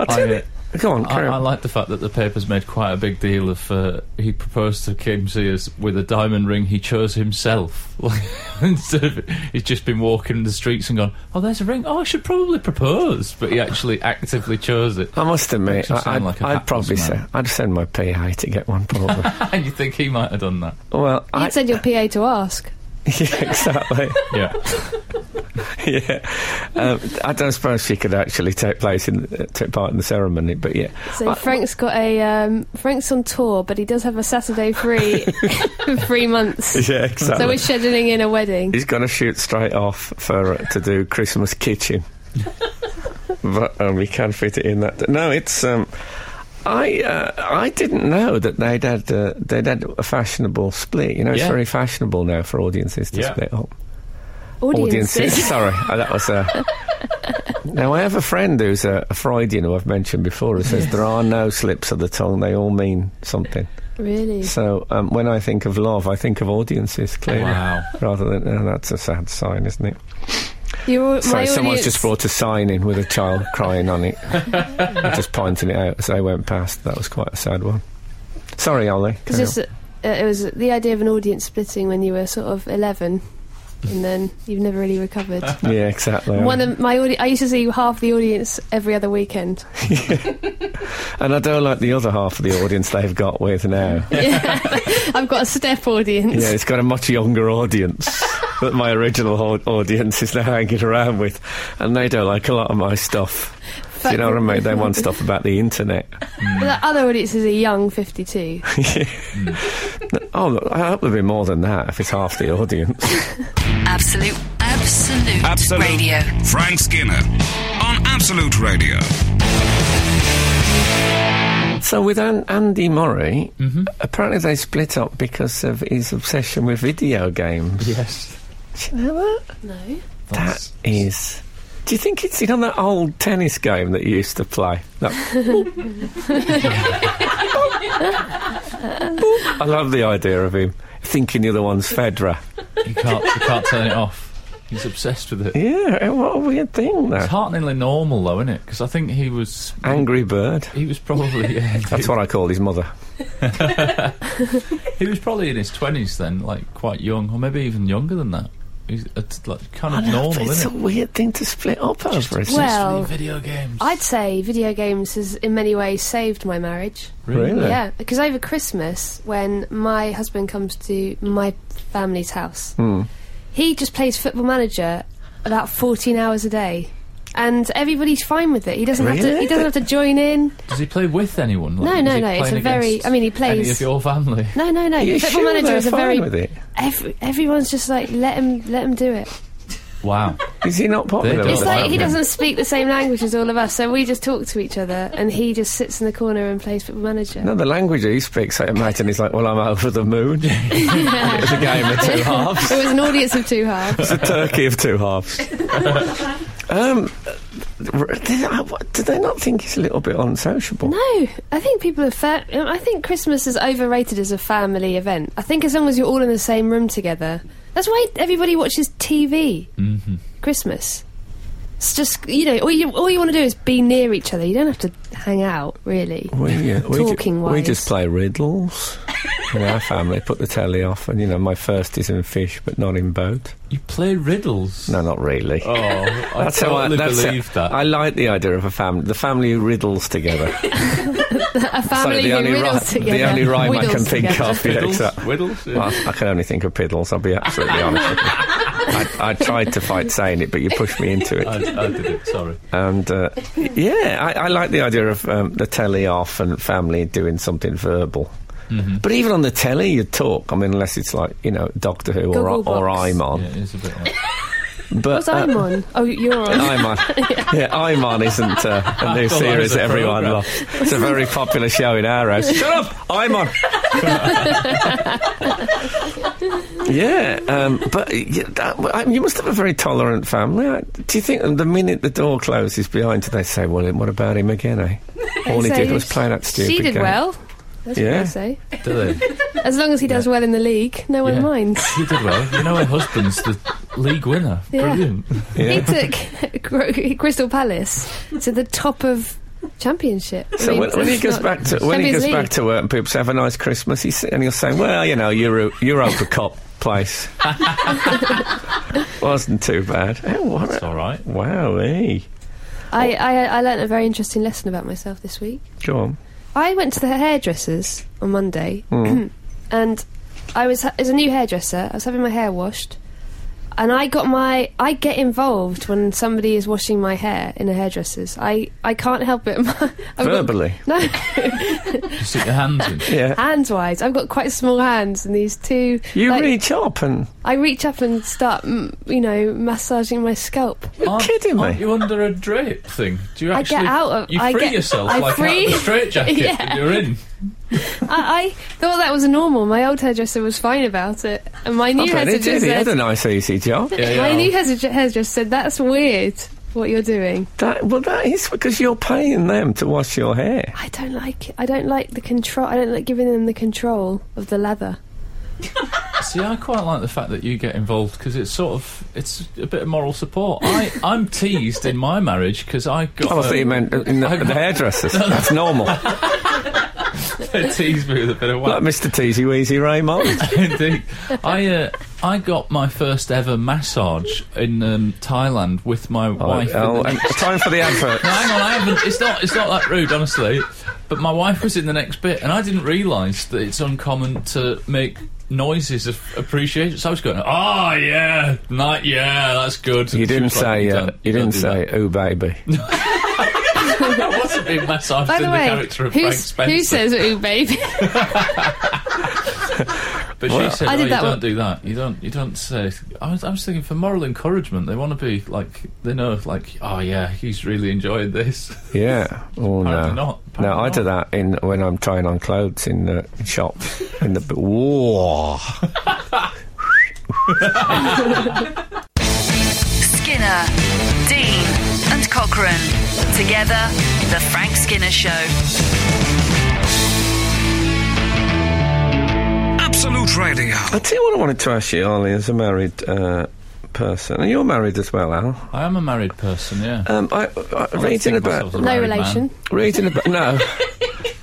I'll tell
I,
you. Go on,
I,
carry
I
on.
like the fact that the papers made quite a big deal of uh, he proposed to Kim Sears with a diamond ring he chose himself. Like, instead of he's just been walking in the streets and gone, oh, there's a ring. Oh, I should probably propose, but he actually actively chose it.
I must admit,
Makes him
I,
sound
I'd,
like a
I'd
hapless
probably
man.
say, I'd send my PA to get one probably.
and you think he might have done that?
well, I,
You'd send your PA to ask.
yeah, exactly.
Yeah.
yeah, um, I don't suppose she could actually take place in uh, take part in the ceremony, but yeah,
So Frank's got a um, Frank's on tour, but he does have a Saturday free for three months.
yeah,
So we're
exactly.
scheduling in a wedding.
He's going to shoot straight off for uh, to do Christmas kitchen. but um, we can fit it in that. No, it's. Um, I uh, I didn't know that they'd had uh, they'd had a fashionable split. You know, it's
Yeah.
very fashionable now for audiences to
Yeah.
split up.
Audiences.
sorry, Oh, that was. Uh, now I have a friend who's a, a Freudian who I've mentioned before who says there are no slips of the tongue; they all mean something.
Really?
So um, when I think of love, I think of audiences clearly,
Wow.
rather than oh, that's a sad sign, isn't it?
You're,
So
my
someone's
audience-
just brought a sign in with a child crying on it, and just pointing it out as they went past. That was quite a sad one. Sorry, Ollie.
It's
Carry
just, uh, it was the idea of an audience splitting when you were sort of 11 and then you've never really recovered.
on. yeah, exactly.
One of my audi- I used to see half the audience every other weekend.
and I don't like the other half of the audience they've got with now.
I've got a step audience.
Yeah, it's got a much younger audience that my original au- audience is now hanging around with, and they don't like a lot of my stuff. Do you know what I mean? They want stuff about the internet.
But the other audience is a young 52.
Oh, look, I hope there'll be more than that if it's half the audience.
Absolute, absolute,
Absolute.
radio.
Frank Skinner on Absolute Radio.
So with An- Andy Murray, apparently they split up because of his obsession with video games.
Yes.
Do you know that?
No.
That is. Do you think it's you know that old tennis game that you used to play? That- I love the idea of him thinking the other one's Federer.
You can't, you can't turn it off. He's obsessed with it.
Yeah, what a weird thing
It's
that.
hearteningly normal, though, isn't it? Because I think he was.
Angry Bird.
He was probably. Yeah,
That's what I call his mother.
He was probably in his twenties then, like quite young, or maybe even younger than that. He's it's like kind of normal,
it's a
isn't it?
weird thing to split up over, isn't
Well,
it?
Well,
video games.
I'd say video games has in many ways saved my marriage.
Really?
Yeah, because over Christmas, when my husband comes to my family's house,
Hmm.
he just plays Football Manager about 14 hours a day. And everybody's fine with it. He doesn't have to.
Really?
He doesn't have to join in.
Does he play with anyone? Like,
No,
is
no,
he
no, it's
playing
a very-
against
I mean, he
Any
plays-
of your family.
No, no, no.
Are you
Football
sure
Manager
they're
is a
fine
very.
with it?
Every, everyone's just like let him, let him do it.
Wow.
Is he not popular?
They
with
It's
Oh,
the
like he
family?
doesn't speak the same language as all of us, so we just talk to each other, and he just sits in the corner and plays Football Manager.
No, the language he speaks, I imagine, is like, well, I'm over the moon. it's a game of two halves.
It was an audience of two halves.
It's a turkey of two halves. um, r- did, I, what, did they not think he's a little bit unsociable?
No, I think people are. Fa- I think Christmas is overrated as a family event. I think as long as you're all in the same room together, that's why everybody watches TV. Mm-hmm. Christmas. It's just you know all you all you want to do is be near each other. You don't have to hang out really.
We, uh, we, ju-
Talking-wise.
we just play riddles. in our family put the telly off, and you know, my first is in fish, but not in boat.
You play riddles.
No, not really.
Oh, I
That's how I
totally
that's how-
believe that.
I like the idea of a family, the family who riddles together.
A family
the
who
only
riddles
ri-
together.
the only rhyme I
Whittles
can think
together.
of. Yeah,
Riddles?
exact-
Riddles? Yeah.
Well, I can only think of piddles, I'll be absolutely honest with you. I, I tried to fight saying it, but you pushed me into
I,
it.
I did it, sorry.
And uh, yeah, I, I like the idea of um, the telly off and family doing something verbal. But even on the telly, you talk. I mean, unless it's like you know Doctor Who or,
Google
or
Box.
I'm
Yeah,
on.
it is a bit like
But
What's I'm
uh,
on? Oh, you're on.
I'm on. yeah, I'm on isn't uh, a new
thought that
series
was a
that everyone
programme.
loves. It's a very popular show in our house. Shut up! I'm on. yeah, um, but you, that, I- you must have a very tolerant family. I- Do you think the minute the door closes behind you, they say, "Well, what about him again?" Eh? All he
So
did was play that stupid
She did
game.
well. That's what
Yeah.
I say.
that. Do they?
As long as he does well in the league, no one
Yeah.
minds.
She did well. You know, her husband's the league winner.
Yeah.
Brilliant.
He
Yeah.
took Gr- Crystal Palace to the top of championship. I
So
mean,
when, when he
it's
goes
not-
back to when he goes
Champions
back to work and people say have a nice Christmas, he's, and he'll say, "Well, you know, Euro, Europa Cup place wasn't too bad." Oh, what
It's
a-
all right.
wow, eh?
League. I, I I learnt a very interesting lesson about myself this week.
Go on.
I went to the hairdressers on
Hmm.
Monday, and I was ha- as a new hairdresser. I was having my hair washed. and I got my I get involved when somebody is washing my hair in a hairdresser's. I I can't help it. I've got-
Verbally.
no,
You stick your hands in.
Yeah.
hands wise, I've got quite small hands, and these two.
You
like,
reach up and
I reach up and start, mm, you know, massaging my scalp.
you're
Aren't-
kidding me.
aren't you under a drape thing? Do you
I
actually?
get out of-
You free
I get-
yourself
I
like out
free-
of the straitjacket
Yeah.
and you're in.
I, I thought that was normal. My old hairdresser was fine about it, and my
I
new
bet he
hairdresser
did. He had a
said,
nice, easy job.
Yeah, yeah.
my new hairdresser hairdresser said, "That's weird, what you're doing.
That, well, that is because you're paying them to wash your hair.
I don't like it. I don't like the control. I don't like giving them the control of the leather."
See, I quite like the fact that you get involved because it's sort of it's a bit of moral support. I I'm teased in my marriage because I got
Oh, I thought you meant in the, the hairdressers. That's normal.
they teased me with a bit of
Like
whack.
Mr. Teasy Weasy Raymond.
Indeed, I uh, I got my first ever massage in um, Thailand with my
Oh,
wife. in
oh,
the-
and time for the advert.
No, hang on, I haven't. It's not. It's not that rude, honestly. But my wife was in the next bit, and I didn't realise that it's uncommon to make noises of appreciation. So I was going, "Oh yeah, night, yeah, that's good."
You
And she
didn't
was like,
say, uh,
don't-
you didn't say,
don't do
oh baby.
that." I wasn't being massaged
By
in
the
the
way,
character of Frank
who's,
Spencer.
who says "ooh, baby"?
But
Well,
she said,
I
"Oh,
did
you
that
don't
one-
do that. You don't. You don't say." I was, I was thinking for moral encouragement, they want to be like they know, like, "Oh yeah, he's really enjoying this."
Yeah. Oh no.
Apparently not.
no,
Apparently
I do that in when I'm trying on clothes in the shop. in the whoa.
Skinner, Dean, and Cochrane. Together, The Frank Skinner Show.
Absolute Radio.
I tell you what, I wanted to ask you, Ollie, as a married uh, person, and you're married as well, Al.
I am a married person, yeah.
Um, I, I, reading
think
about
myself as a
no
married man.
relation.
reading about no.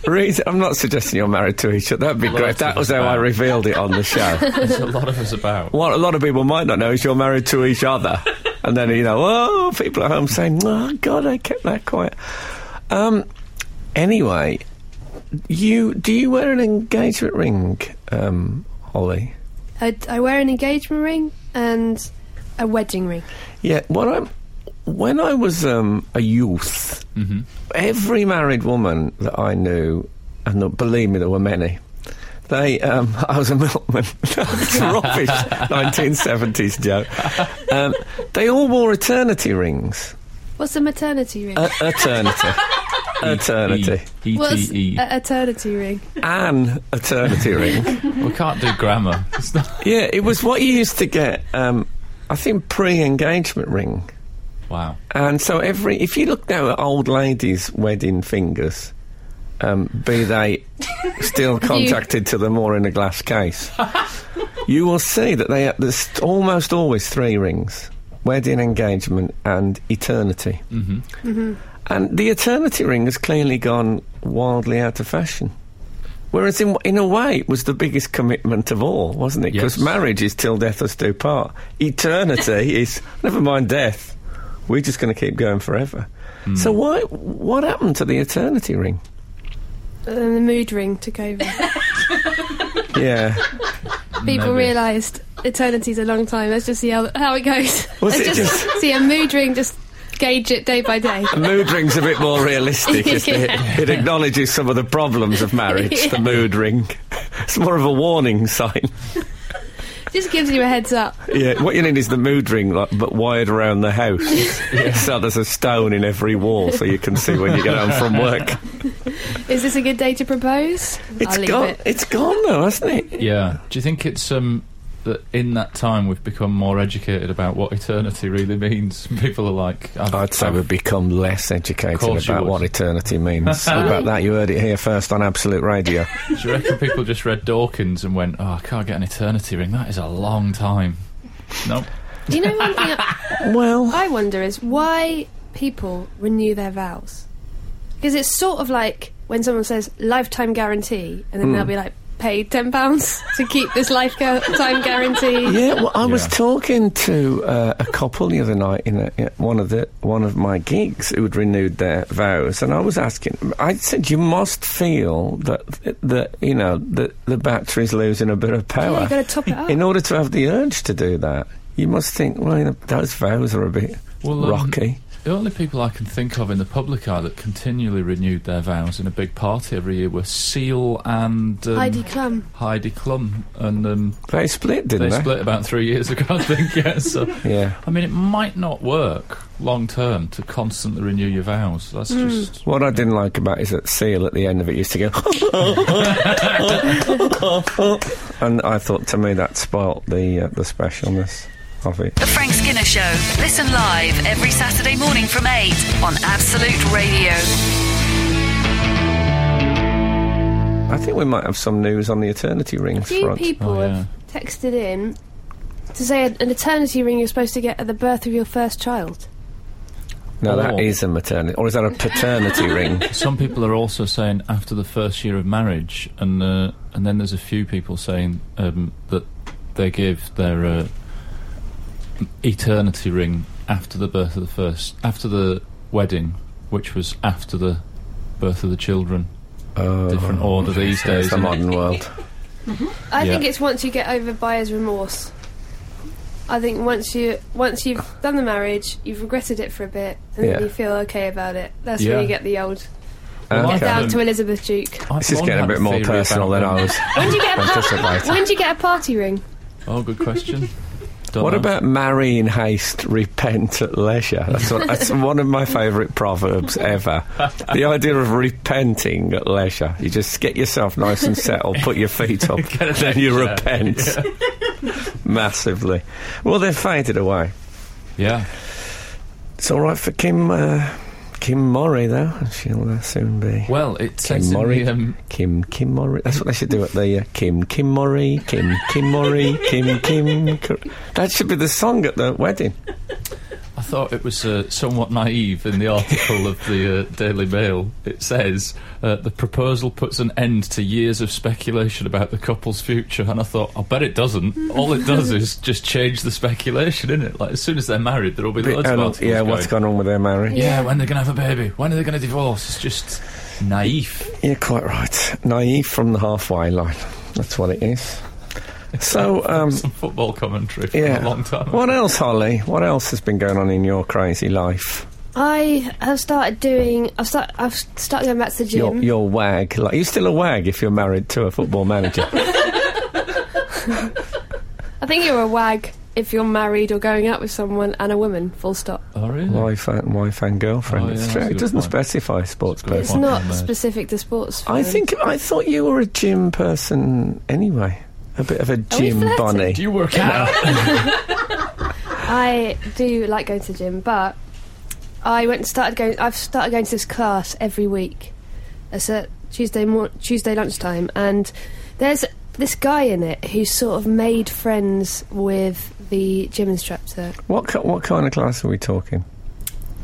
Read, I'm not suggesting you're married to each other. That'd be
Well,
great.
that's
That
a
was how I
bad-
revealed it on the show.
There's a lot of us about.
what a lot of people might not know is you're married to each other. And then, you know, oh, people at home saying, oh, God, I kept that quiet. Um, anyway, you do you wear an engagement ring, um, Holly?
I, I wear an engagement ring and a wedding ring.
Yeah, what I'm, when I was um, a youth, every married woman that I knew, and th- believe me, there were many. They, um, I was a milkman. That's rubbish. 1970s joke. Um, they all wore eternity rings.
What's a maternity ring?
E- eternity. eternity.
Uh, E-
What's
E-T-E.
a eternity ring?
An eternity ring.
uh,
We can't do grammar. It's not-
Yeah, it was what you used to get, um, I think, pre engagement ring.
Wow.
And so every, if you look now at old ladies' wedding fingers, um, be they still contacted to them or in a glass case, you will see that they have there's almost always three rings: wedding, engagement, and eternity. Mm-hmm. And the eternity ring has clearly gone wildly out of fashion. Whereas in in a way it was the biggest commitment of all, wasn't it? Because
Yes.
marriage is till death us do part. Eternity is never mind death. We're just going to keep going forever. So why? What happened to the eternity ring?
And then Uh, the mood ring took over.
Yeah,
People
Maybe.
realised eternity's a long time. Let's just see how, how it goes.
Was
Let's
it
just, see a mood ring. Just gauge it day by day.
mood ring's a bit more realistic. Isn't it? it acknowledges some of the problems of marriage. The mood ring. It's more of a warning sign.
Just gives you a heads up.
Yeah, what you need is the mood ring, like, but wired around the house. So there's a stone in every wall, so you can see when you get home from work.
Is this a good day to propose?
It's
I'll leave
gone.
it.
It's gone though, hasn't it?
Yeah. Do you think it's um that in that time we've become more educated about what eternity really means? People are like, uh, I've-
I'd say we've become less educated
Course you
about
would.
what eternity means. about that, you heard it here first on Absolute Radio.
do you reckon people just read Dawkins and went, "Oh, I can't get an eternity ring. That is a long time." No.
Do you know one thing I,
Well,
I wonder is why people renew their vows? Because it's sort of like when someone says lifetime guarantee, and then
Hmm.
they'll be like, paid ten pounds to keep this lifetime guarantee.
yeah. Well, I was
Yeah.
talking to uh, a couple the other night in, a, in one of the one of my gigs who had renewed their vows, and I was asking. I said, "You must feel that that you know that the battery's losing a bit of
Yeah,
power."
you got to top it up.
in order to have the urge to do that, you must think, well, you know, those vows are a bit
Well, um,
rocky.
The only people I can think of in the public eye that continually renewed their vows in a big party every year were Seal and um,
Heidi Klum.
Heidi Klum, and um,
They split, didn't
they
they?
split about three years ago, I think. Yeah, so
Yeah.
I mean, it might not work long term to constantly renew your vows. That's just
What I didn't like about it is that Seal at the end of it used to go, and I thought to me that spoilt the uh, the specialness of it.
The Frank Skinner Show. Listen live every Saturday morning from 8 on Absolute Radio.
I think we might have some news on the eternity
A
rings
few
front.
people
Oh,
have texted in to say an eternity ring you're supposed to get at the birth of your first child.
no, that
Oh.
is a maternity, or is that a paternity ring?
some people are also saying after the first year of marriage, and uh, and then there's a few people saying um, that they give their uh, eternity ring after the birth of the first, after the wedding, which was after the birth of the children.
Oh.
Different order these days.
It's the
isn't it?
modern world.
I
Yeah.
think it's once you get over buyer's remorse. I think once you once you've done the marriage, you've regretted it for a bit, and
Yeah.
then you feel okay about about it. That's
Yeah.
when you get the old
Well,
Okay.
get down
Um,
to Elizabeth Duke.
I've
This is
long
getting a
had
bit more
theory about
personal than
them.
I was
When do you get a par-
anticipating.
when do you get a party ring?
Oh, good question. Don't
What
know.
about marry in haste, repent at leisure? That's, what, that's one of my favourite proverbs ever. The idea of repenting at leisure. You just get yourself nice and settled, put your feet up,
a
then you
lecture.
repent massively. Well, they've faded away.
Yeah.
It's all right for Kim. Uh, Kim Mori though, and she'll uh, soon be
Well, it says in
Mori.
the, um,
Kim Kim Mori. That's what they should do at the uh, Kim Kim Mori, Kim Kim Mori, Kim Kim. Cor- That should be the song at the wedding.
I thought it was uh, somewhat naive in the article of the uh, Daily Mail. It says uh, the proposal puts an end to years of speculation about the couple's future, and I thought, I bet it doesn't. All it does is just change the speculation, in it. Like as soon as they're married, there'll be
Bit-
loads of
and,
articles.
uh, yeah, what's
going,
gone on with their marriage?
Yeah, when they're going to have a baby? When are they going to divorce? It's just naive.
You're quite right. Naive from the halfway line. That's what it is. So, um,
Some football commentary from
yeah.
a long time. ago.
What else, Holly? What else has been going on in your crazy life?
I have started doing. I've start, I've started going back to the
Your,
gym.
your wag. Like, you're still a wag if you're married to a football manager.
I think you're a wag if you're married or going out with someone and a woman. Full stop.
Oh, really?
wife, and, wife and girlfriend.
Oh, yeah,
It's
that's
true.
a
it
good
doesn't
point.
specify sports
That's a good
It's
person.
point.
not
I'm, uh,
specific to sports.
I
fans.
think I thought you were a gym person anyway. A bit of a
Are we
gym
flirting?
bunny.
Do you work out?
I do like going to the gym, but I went and started going. I've started going to this class every week. It's at Tuesday mor- Tuesday lunchtime, and there's this guy in it who's sort of made friends with the gym instructor.
What, ki- what kind of class are we talking?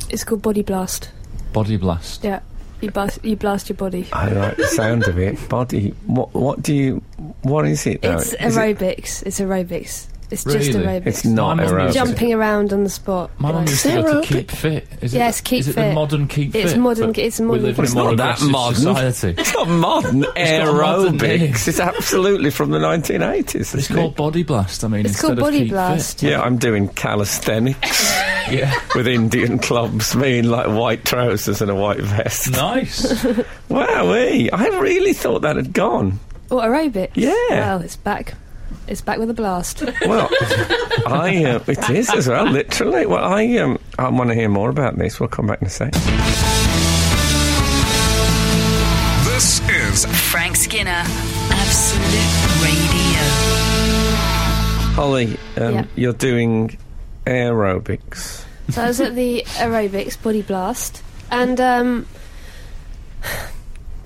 It's called Body Blast.
Body blast.
Yeah, you blast you blast your body.
I like the sound of it. Body. What, what do you. What is it, though?
It's
Oh, Is it-
aerobics. It's aerobics. It's just
Really?
aerobics.
It's not
My mum
aerobic.
used to-
jumping around on the spot.
My mum
Like-
used to go
Sarah,
to keep fit. Is it,
Yes, Keep
is it the
Fit.
modern keep fit?
It's modern-
but
it's modern.
We live
Well,
in
it's
a more
not that
aggressive
modern.
society.
It's not modern
got a modern
aerobics.
name.
it's absolutely from the 1980s.
But it's
isn't
called Body Blast. I mean,
It's
instead
called
of
Body
Keep
Blast.
it? Yeah, I'm doing calisthenics
Fit. Yeah,
with Indian clubs, me in like white trousers and a white vest.
nice.
Wowee! I really thought that had gone.
Or Oh, aerobics.
Yeah.
Well, it's back. It's back with a blast.
Well, I uh, it is as well, literally. Well, I um, I want to hear more about this. We'll come back in a sec.
This is
Frank Skinner. Absolute Radio.
Holly, um,
Yeah.
you're doing aerobics.
So I was at the aerobics body blast, and um,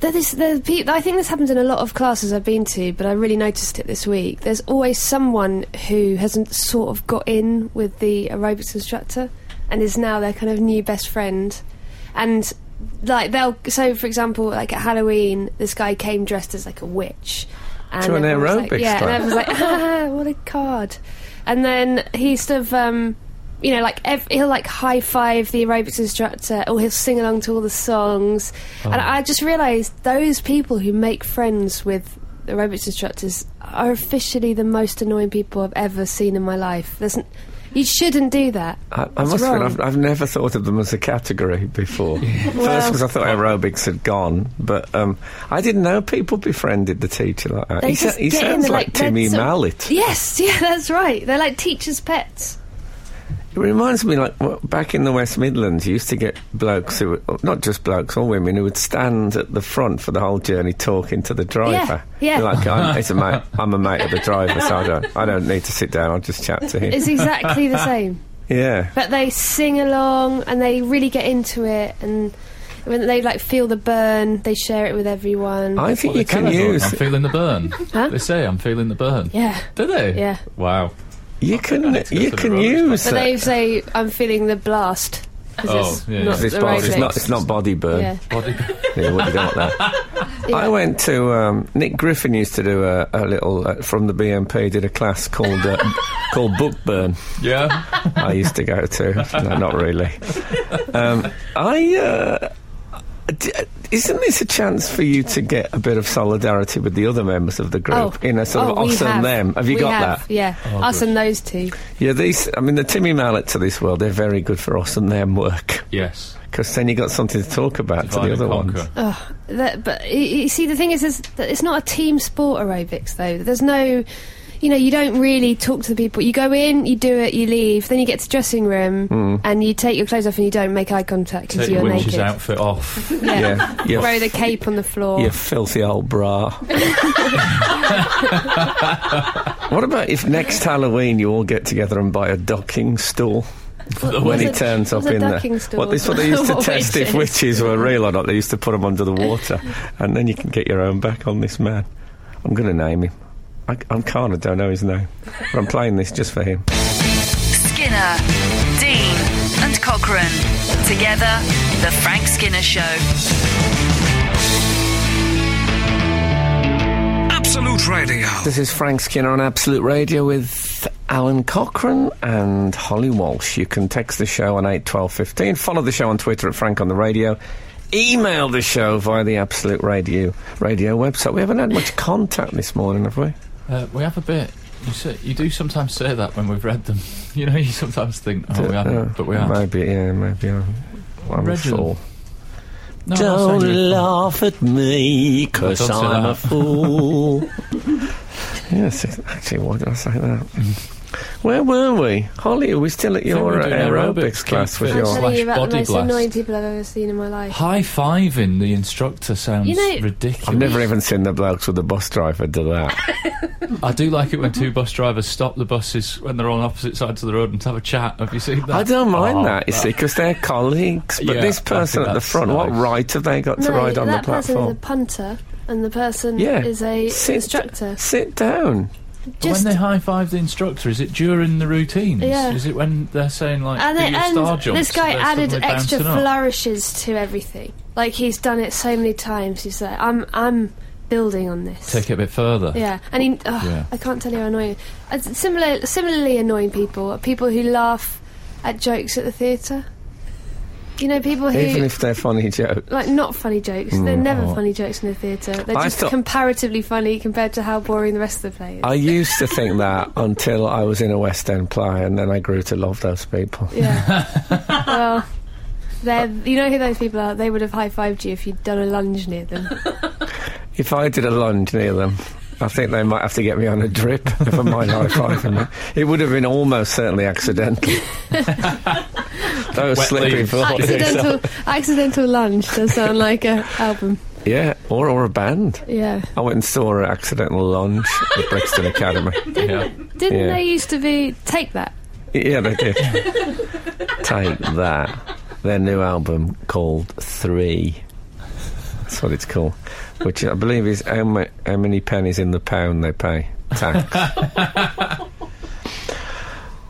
there is there pe- I think this happens in a lot of classes I've been to, but I really noticed it this week. There's always someone who hasn't sort of got in with the aerobics instructor, and is now their kind of new best friend, and like they'll so for example like at Halloween, this guy came dressed as like a witch. And
To an
everyone was like-
aerobics
yeah, and
class.
everyone was like, ah, what a card. And then he sort of, um, you know, like ev- he'll like high five the aerobics instructor, or he'll sing along to all the songs.
Oh.
And I just realised those people who make friends with aerobics instructors are officially the most annoying people I've ever seen in my life. There's n- You shouldn't do that.
I, I
It's
must
wrong.
admit, I've, I've never thought of them as a category before. First,
Well-
because I thought aerobics had gone, but um, I didn't know people befriended the teacher like that.
They
He, sa-
just
he
get in
sounds
the,
like,
like,
Timmy
red sort of-
Mallet.
Yes, yeah, that's right. They're like teachers' pets.
It reminds me, like w- back in the West Midlands, you used to get blokes who, were, not just blokes, all women who would stand at the front for the whole journey, talking to the driver.
yeah.
You're Like I'm, it's a mate, I'm a mate of the driver, so I don't, I don't need to sit down. I'll just chat to him.
It's exactly the same.
yeah.
But they sing along and they really get into it and when they like feel the burn, they share it with everyone.
I think you can use
I'm feeling the burn.
Huh?
They say I'm feeling the burn.
yeah.
Do they?
Yeah.
Wow.
you
I
can
need to go
you
to the
can
road.
use
But
it.
they say I'm feeling the blast. 'cause
Oh,
it's
yeah.
not
It's,
the
bars,
right
it's
thing.
not it's not body burn.
Yeah.
Body-
Yeah, what do you don't want that. I went to um, Nick Griffin used to do a, a little uh, from the BMP did a class called uh, called book burn.
yeah.
I used to go to. No, not really. Um, I. Uh, d- isn't this a chance for you to get a bit of solidarity with the other members of the group in a sort of
oh, we
us and them? Have you
we
got
have,
that?
Yeah,
Oh,
us
good.
and those two.
Yeah, these. I mean, the Timmy Mallet to this world, they're very good for us and them work
Yes.
because then you got something to talk about
Divide
to
and
the other
conquer.
ones.
Oh, that, but y- you see, the thing is, is that it's not a team sport aerobics though. There's no, you know, you don't really talk to the people. You go in, you do it, you leave, then you get to the dressing room
Mm.
and you take your clothes off and you don't make eye contact because
Take your
you're
witch's
naked.
outfit off.
Yeah.
Yeah, you
Throw the cape on the floor.
You filthy old bra. what about if next Halloween you all get together and buy a docking stool?
the
when
was
he
a-
turns up
was a
in there.
ducking stool?
Well, this is what they used to
What
test if witches were real or not. They used to put them under the water, and then you can get your own back on this man. I'm going to name him. I, I'm kind of don't know his name, but I'm playing this just for him.
Skinner, Dean, and Cochrane. Together, The Frank Skinner Show.
Absolute Radio.
This is Frank Skinner on Absolute Radio with Alan Cochrane and Holly Walsh. You can text the show on 8 12 15. Follow the show on Twitter at Frank on the Radio. Email the show via the Absolute Radio radio website. We haven't had much contact this morning, have we?
Uh, we have a bit. You say, you do sometimes say that when we've read them. You know, you sometimes think, oh, we haven't,
Uh,
but we have.
Maybe, yeah, maybe I'm, I'm a fool.
Reginald. No, I'm not saying you're a fool.
at me,
'cause Don't say I'm a that.
fool. yes, it's- actually, why did I say that? Where were we? Holly, are we still at
think
your
we're doing
aerobics,
aerobics,
class with
keep Your
I'm
your...
telling
slash
you about the
body
most
blast.
annoying people I've ever seen in my life.
High fiving the instructor sounds
You know-
I've
ridiculous.
never even seen the blokes with the bus driver do that.
I do like it when two bus drivers stop the buses when they're on opposite sides of the road and have a chat. Have you seen that?
I don't mind
Oh,
that, you see, see, because they're colleagues. But
Yeah,
this
I
person
think
at the
that's
front, what
nice.
right have they got to
no,
ride on the
that person is a
platform?
punter, and the person
yeah,
is a
sit,
instructor.
Sit down.
But
Just
when they high five the instructor, is it during the routines?
Yeah.
Is it when they're saying like
and,
do
it
your star
ends,
jumps?
this guy
and they're
added
suddenly
extra
bouncing up?
flourishes to everything. Like he's done it so many times. He's like, I'm, I'm building on this.
Take it a bit further.
Yeah, and he, oh,
Yeah.
I can't tell you how annoying. Uh, similar, similarly annoying people are people who laugh at jokes at the theatre. You know, people who
Even if they're funny jokes.
like not funny jokes. They're never
Oh.
funny jokes in the theatre. They're
I
just
thought-
comparatively funny compared to how boring the rest of the play is.
I used to think that until I was in a West End play, and then I grew to love those people.
Yeah. well, they're, you know who those people are. They would have high fived you if you'd done a lunge near them.
If I did a lunge near them, I think they might have to get me on a drip if I mind high fiving me. It would have been almost certainly accidental. those
Wet
slippery
leaves.
boys.
accidental, accidental lunge does sound like a album.
Yeah, or, or a band.
Yeah.
I went and saw an accidental lunge at Brixton Academy.
Yeah.
Didn't
Yeah.
they used to be take that?
Yeah, they did. Take that. Their new album called Three. That's what it's called. Which I believe is how, ma- how many pennies in the pound they pay tax.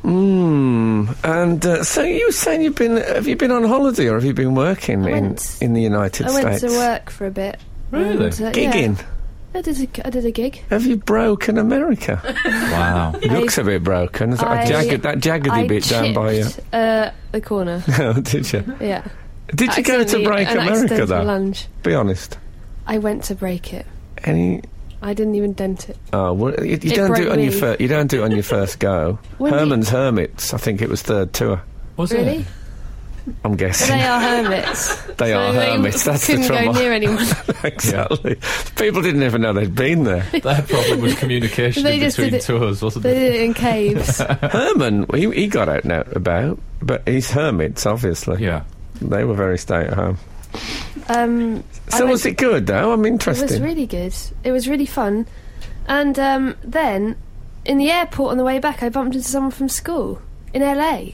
Hmm. And uh, so you were saying you've been? Have you been on holiday or have you been working
I
in
went-
in the United
I went
States?
to work for a bit.
Really?
And, uh, yeah.
Gigging.
I did a, I did a gig.
Have you broken America?
Wow.
It looks a bit broken. Is that,
I-
a jagged, that jaggedy
I
bit down by you?
chipped, uh, the corner.
Oh, did you?
Yeah.
Did you go to
Accidentally-
break
an
America
accidental
though?
lunge.
Be honest.
I went to break it.
Any
I didn't even dent it.
Oh, well, you, you
It
don't do it
broke
on your
me.
fir- you don't do it on your first go.
When do you-
Herman's Hermits, I think it was third tour.
Was
Really?
it?
I'm guessing
They are hermits.
They
So
are hermits, that's the
couldn't
trouble.
go near anyone.
exactly. People didn't even know they'd been there.
Their problem was communication
They
in
just
between
did it-
tours, wasn't
they
it?
did it in caves.
Herman, he, he got out and out about, but he's hermits, obviously.
Yeah.
They were very stay at home.
Um, I
So
went-
was it good though? I'm
It was
interested.
really good. It was really fun. And um, then, in the airport on the way back, I bumped into someone from school in LA.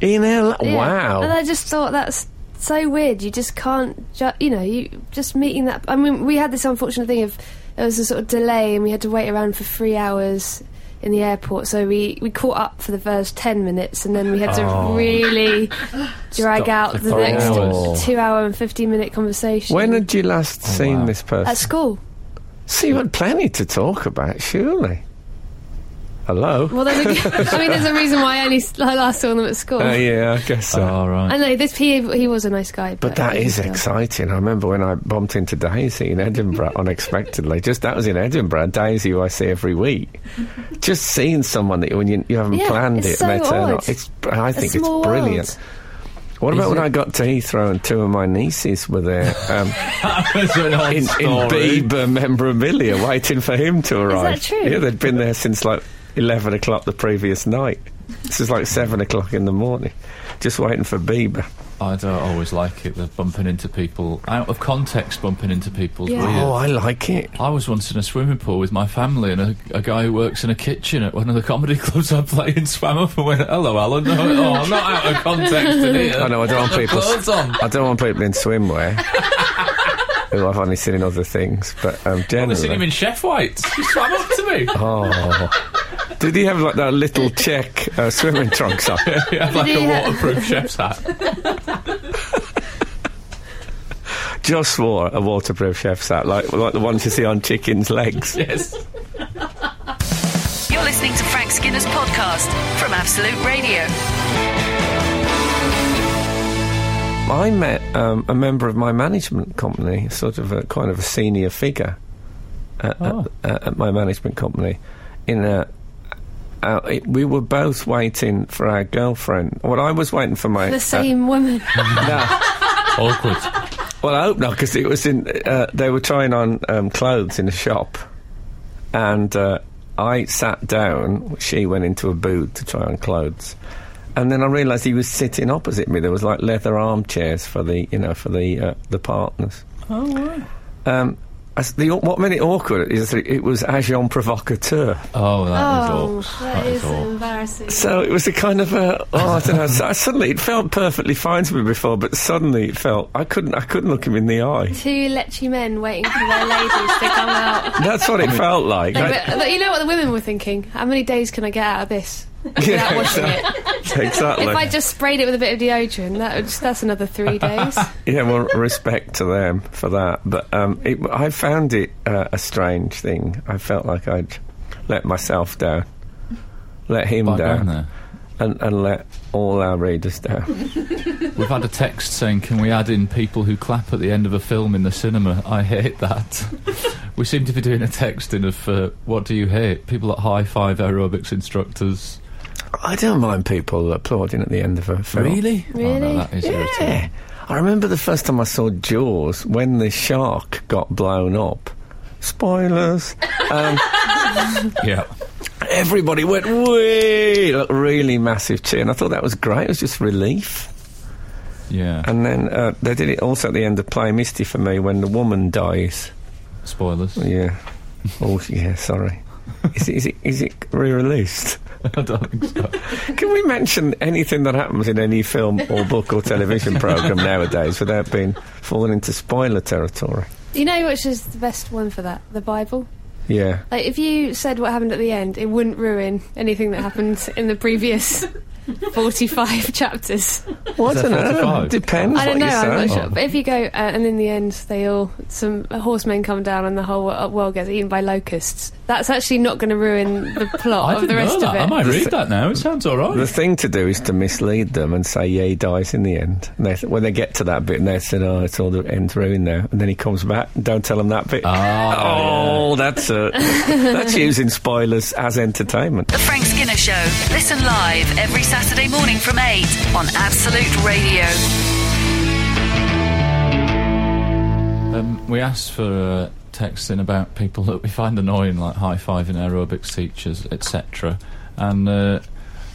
In L.
Yeah.
Wow.
And I just thought that's so weird. You just can't, ju- you know, you just meeting that. I mean, we had this unfortunate thing of there was a sort of delay and we had to wait around for three hours in the airport. So we, we caught up for the first 10 minutes and then we had to
Oh.
really drag
Stop
out
for
the
three
next
hours.
two hour and 15 minute conversation.
when had you last seen
Oh, wow.
this person?
At school.
so you had plenty to talk about, surely. Hello.
Well, there's a g I mean, there's a reason why I only s- I last saw them at school.
Oh yeah, I guess so.
All right.
I know this he he was a nice guy, but,
But that
he
is
still-
exciting. I remember when I bumped into Daisy in Edinburgh unexpectedly. Just that was in Edinburgh. Daisy, who I see every week. Just seeing someone that you, when you, you haven't
Yeah,
planned
it's
it and they
so
turn
odd.
up. It's, I think it's
small world.
brilliant. What
Is
about when
it-
I got to Heathrow and two of my nieces were there um,
That's an odd
in, in
story.
Bieber memorabilia waiting for him to arrive?
true?
Yeah, they'd been there since like 11 o'clock the previous night. This is like 7 o'clock in the morning. Just waiting for Bieber.
I don't uh, always like it. The bumping into people out of context, bumping into people's
Yeah.
weird.
Oh, I like it.
I was once in a swimming pool with my family, and a, a guy who works in a kitchen at one of the comedy clubs I play in swam up and went, "Hello, Alan." Oh, oh, I'm not out of context in here.
I know, I don't want
Put
people.
Clothes on.
I don't want people in swimwear. who I've only seen in other things, but um,
I've seen him
generally.
in Chef White. He swam up to me.
Oh. Did he have like that little check uh, swimming trunks on?
He had like a
he have-
waterproof chef's hat.
Just wore a waterproof chef's hat, like like the ones you see on chickens' legs.
Yes.
You're listening to Frank Skinner's podcast from Absolute Radio.
I met um, a member of my management company, sort of a kind of a senior figure at,
Oh.
at, at, at my management company. In a, uh, it, we were both waiting for our girlfriend. Well, I was waiting for my
the same woman.
Uh, no.
Awkward.
Well, I hope not, because it was in. Uh, they were trying on um, clothes in a shop, and uh, I sat down. She went into a booth to try on clothes, and then I realised he was sitting opposite me. There was like leather armchairs for the, you know, for the uh, the partners.
Oh, right.
Um, as the, what made it awkward is that it was agent provocateur.
Oh, that
Oh,
was awkward.
that is
awkward.
embarrassing.
So it was a kind of a oh I don't know. So suddenly it felt perfectly fine to me before, but suddenly it felt I couldn't I couldn't look him in the eye.
Two lechy men waiting for their ladies to come out.
That's what it felt like. I-
But, but you know what the women were thinking? How many days can I get out of this without
Yeah,
washing it?
exactly.
If I just sprayed it with a bit of deodorant, that would just, that's another three days.
Yeah, well, respect to them for that. But um, it, I found it uh, a strange thing. I felt like I'd let myself down, let him
By going
down,
there.
and, and let all our readers down.
We've had a text saying, "Can we add in people who clap at the end of a film in the cinema?" I hate that. we seem to be doing a texting of uh, what do you hate? People at high five aerobics instructors.
I don't mind people applauding at the end of a film.
Oh, no,
Really?
that is irritating.
Yeah. I remember the first time I saw Jaws when the shark got blown up. Spoilers.
Yeah.
Everybody went way, like really massive cheer, and I thought that was great. It was just relief.
Yeah.
And then uh, they did it also at the end of Play Misty for me when the woman dies.
Spoilers.
Yeah. Oh, yeah, sorry. Is it, is it, is it re released?
I don't think so.
Can we mention anything that happens in any film or book or television programme nowadays without being falling into spoiler territory?
You know which is the best one for that? The Bible.
Yeah.
Like, if you said what happened at the end, it wouldn't ruin anything that happened in the previous 45 chapters.
Well, I
Is that
don't know.
45?
Depends.
I don't know,
what you
I'm
say.
not sure. But if you go, uh, and in the end, they all, some horsemen come down and the whole wo- uh, world gets eaten by locusts. That's actually not going to ruin the
I
plot of
didn't
the rest
know that.
of it.
I might read that now. It sounds all right.
The thing to do is to mislead them and say, yeah, he dies in the end. And they, when they get to that bit, and they said, oh, it's all the end's ruined now. And then he comes back and don't tell them that bit.
Ah,
oh, that's a, that's using spoilers as entertainment.
The Frank Skinner Show. Listen live every Saturday morning from 8 on Absolute Radio.
Um, we asked for uh, texts in about people that we find annoying, like high fiving aerobics teachers, etc. And uh,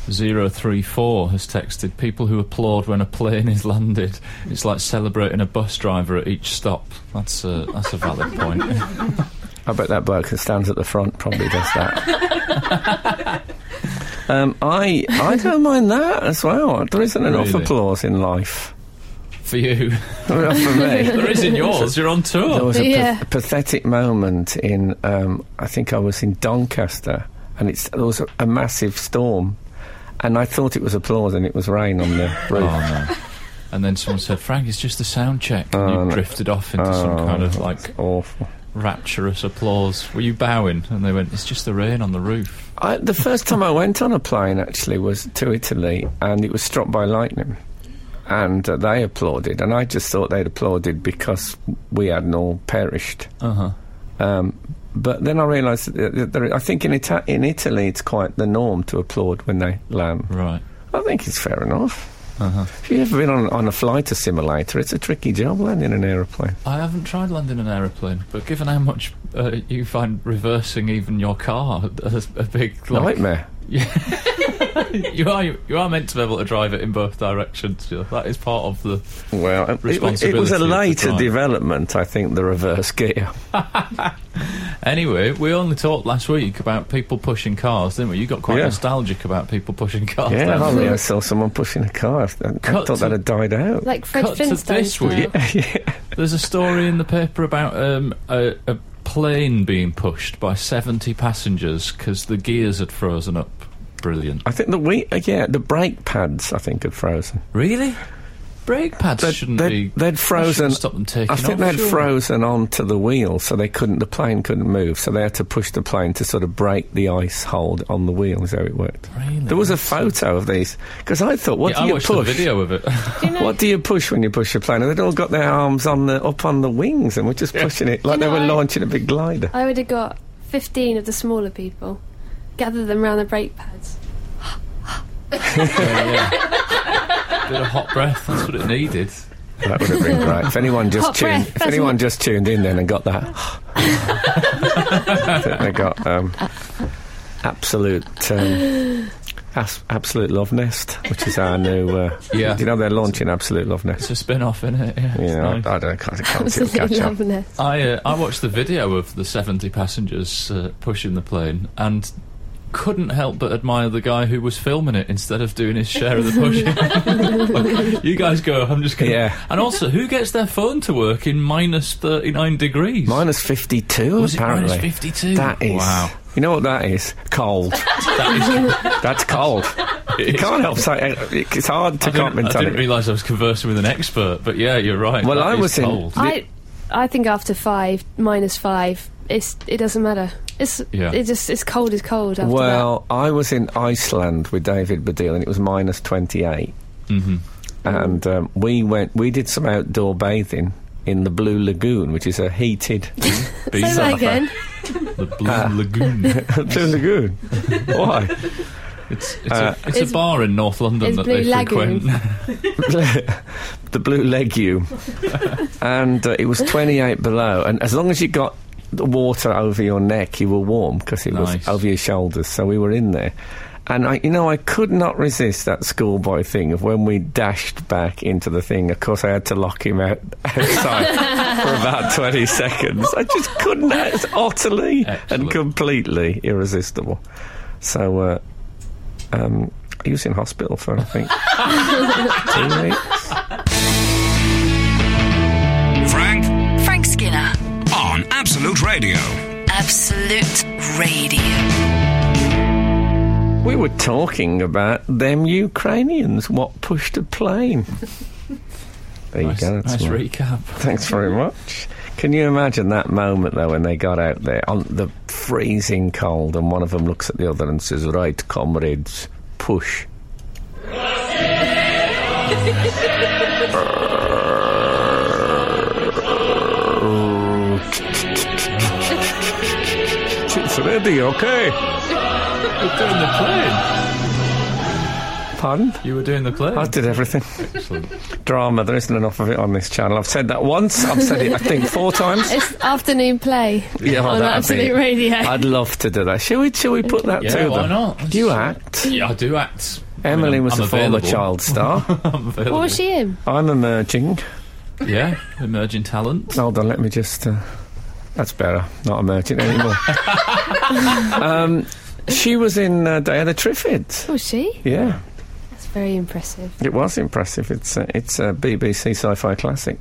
034 has texted people who applaud when a plane is landed. It's like celebrating a bus driver at each stop. That's a, that's a valid point.
I bet that bloke that stands at the front probably does that. um, I I don't mind that as well. There isn't enough
Really?
applause in life.
For you,
Well, for
there
me.
is in yours. You're on
There
tour.
was a pa-
Yeah.
pathetic moment in, um, I think I was in Doncaster, and it's, there was a, a massive storm, and I thought it was applause, and it was rain on the
Oh
roof.
no. And then someone said, Frank, it's just a sound check. And
Oh,
you
no.
drifted off into some
Oh,
kind of like
Awful.
rapturous applause. Were you bowing? And they went, It's just the rain on the roof.
I, the first time I went on a plane actually was to Italy, and it was struck by lightning, and uh, they applauded, and I just thought they'd applauded because we hadn't all perished.
Uh huh.
Um, but then I realised that, that there, I think in, Ita- in Italy it's quite the norm to applaud when they land.
Right.
I think it's fair enough.
Uh huh.
If you've ever been on, on a flight simulator, it's a tricky job landing an aeroplane.
I haven't tried landing an aeroplane, but given how much uh, you find reversing even your car a, a big like,
Nightmare.
you are you are meant to be able to drive it in both directions. you know, That is part of the.
Well, it, it was- it was
Responsibility
a
of the
later
driver.
development, I think, the reverse gear.
Anyway, we only talked last week about people pushing cars, didn't we? You got quite
Yeah.
nostalgic about people pushing cars.
Yeah,
then.
I mean, I saw someone pushing a car. I th- I
Cut
thought that
to-
had died out.
Like Fred
Cut to this
Flintstone.
week. There's a story in the paper about um, a, a plane being pushed by 70 passengers because the gears had frozen up. Brilliant.
I think the we uh, yeah the brake pads I think had frozen.
Really? Brake pads
They'd,
shouldn't
they'd-
be.
they'd frozen.
Stop them taking
I think
off,
they'd
surely.
frozen onto the wheel, so they couldn't. The plane couldn't move, so they had to push the plane to sort of break the ice hold on the wheel. Is how it worked.
Really?
There was a photo of these because I thought, what
yeah,
do
I
you
watched
push?
the video of it.
Do you know-
What do you push when you push a plane? And they'd all got their arms on the up on the wings and were just pushing it like
You know,
they were
I-
launching a big glider.
I would have got 15 of the smaller people, gather them round the brake pads.
yeah, yeah. Bit of hot breath. That's what it needed.
That would have been great. If anyone just
Hot
tuned,
breath,
if
that's
anyone
what-
just tuned in then and got that, I think they got um, absolute. Um, As- Absolute Love Nest, which is our new. Uh,
Yeah.
do you know they're launching Absolute Love Nest?
It's a spin-off, innit? Yeah. it's
Yeah,
nice.
I, I don't. I can't see it
Absolutely
catch up.
loving it.
I uh, I watched the video of the 70 passengers uh, pushing the plane and couldn't help but admire the guy who was filming it instead of doing his share of the pushing. Like, you guys go. I'm just going.
Yeah.
And also, who gets their phone to work in minus 39 degrees?
Minus fifty-two,
Was it
apparently.
minus 52?
That is.
Wow.
You know what that is? Cold.
That
That's cold.
is,
You can't help saying it's hard to
I didn't, I
comment on
didn't
it.
realise I was conversing with an expert, but yeah, you're right.
Well,
that
I
is
was in-
cold.
I, I think after five, minus five, it's, it doesn't matter. It's,
Yeah.
it just, it's cold as cold after
Well, I was in Iceland with David Badil, and it was minus twenty-eight,
Mhm.
and um, we went. We did some outdoor bathing in the Blue Lagoon, which is a heated
that. Say that again.
The Blue
Ah.
Lagoon.
Blue Lagoon. Why?
It's, it's,
Uh,
a, it's,
It's-
a bar in North London
it's
that they
Blue Lagoon.
frequent.
the blue legume, and uh, it was 28 below. And as long as you got the water over your neck, you were warm because it was
Nice.
over your shoulders. So we were in there. And I, you know, I could not resist that schoolboy thing of when we dashed back into the thing. Of course, I had to lock him out outside for about twenty seconds. I just couldn't. It's utterly and
Excellent.
completely irresistible. So, uh, um, he was in hospital for I think two weeks.
Frank
Frank Skinner.
on Absolute Radio.
Absolute Radio.
We were talking about them Ukrainians, what pushed a plane. There
nice
you go. that's
nice
one.
recap.
Thanks very much. Can you imagine that moment though when they got out there on the freezing cold and one of them looks at the other and says, "Right, comrades, push." it's ready, okay?
You were doing the plane.
Pardon?
You were doing the plane.
I did everything.
Excellent.
Drama. There isn't enough of it on this channel. I've said that once. I've said it, I think, four times.
It's afternoon play
Yeah, well,
on
that'd
Absolute
be-
Radio.
I'd love to do that. Shall we? Shall we put that
Yeah,
to
why
them?
not?
Do you act?
Yeah, I do act.
Emily
I'm-
was
I'm
a former
available.
child star.
I'm available.
what was she in?
I'm emerging.
Yeah, emerging talent.
Hold on, let me just. Uh, that's better. Not emerging anymore. um, she was in uh, Day of the Triffids.
Was she?
Yeah,
That's very impressive.
it was impressive. It's uh, it's a BBC sci-fi classic.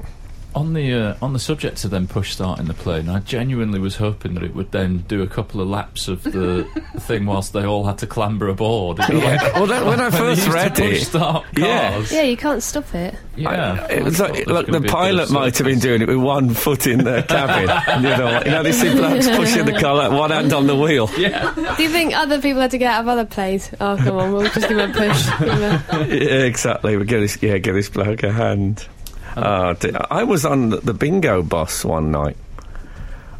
On the uh, on the subject of them push starting the plane, I genuinely was hoping that it would then do a couple of laps of the thing whilst they all had to clamber aboard. You know, like
Yeah. Well, that, when I
when they
first
used to
read
push
it,
start
Yeah.
cars.
Yeah, you can't stop it.
Yeah.
I- it was
I thought
like,
there was
like
gonna
the
be a bit
pilot
of
might have been
circus.
doing it with one foot in the cabin. you know, you know, they see blokes pushing the car like one hand on the wheel.
Do you think other people had to get out of other planes? Oh, come on, we'll just give them a push.
Yeah, exactly. We give this, yeah, give this bloke a hand. Oh, dear. I was on the- the bingo boss one night,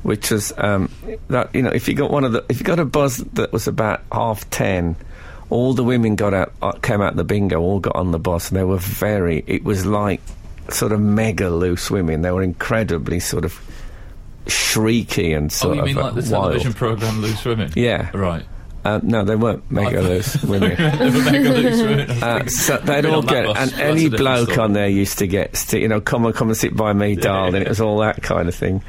which was um, that you know if you got one of the if you got a buzz that was about half ten, all the women got out uh, came out the bingo, all got on the bus, and they were very. It was like sort of mega loose women. They were incredibly sort of shrieky and
Oh,
sort
you mean
of uh,
like the
wild.
television program Loose Women?
Yeah.
Right.
Uh, no, they weren't mega loose women.
They were mega Loose Women.
Uh, so they'd
Been
all
on that
get,
bus,
and
that's a
any
different
bloke
story.
on there used to get, st- you know, come on, come and sit by me, darling. It was all that kind of thing.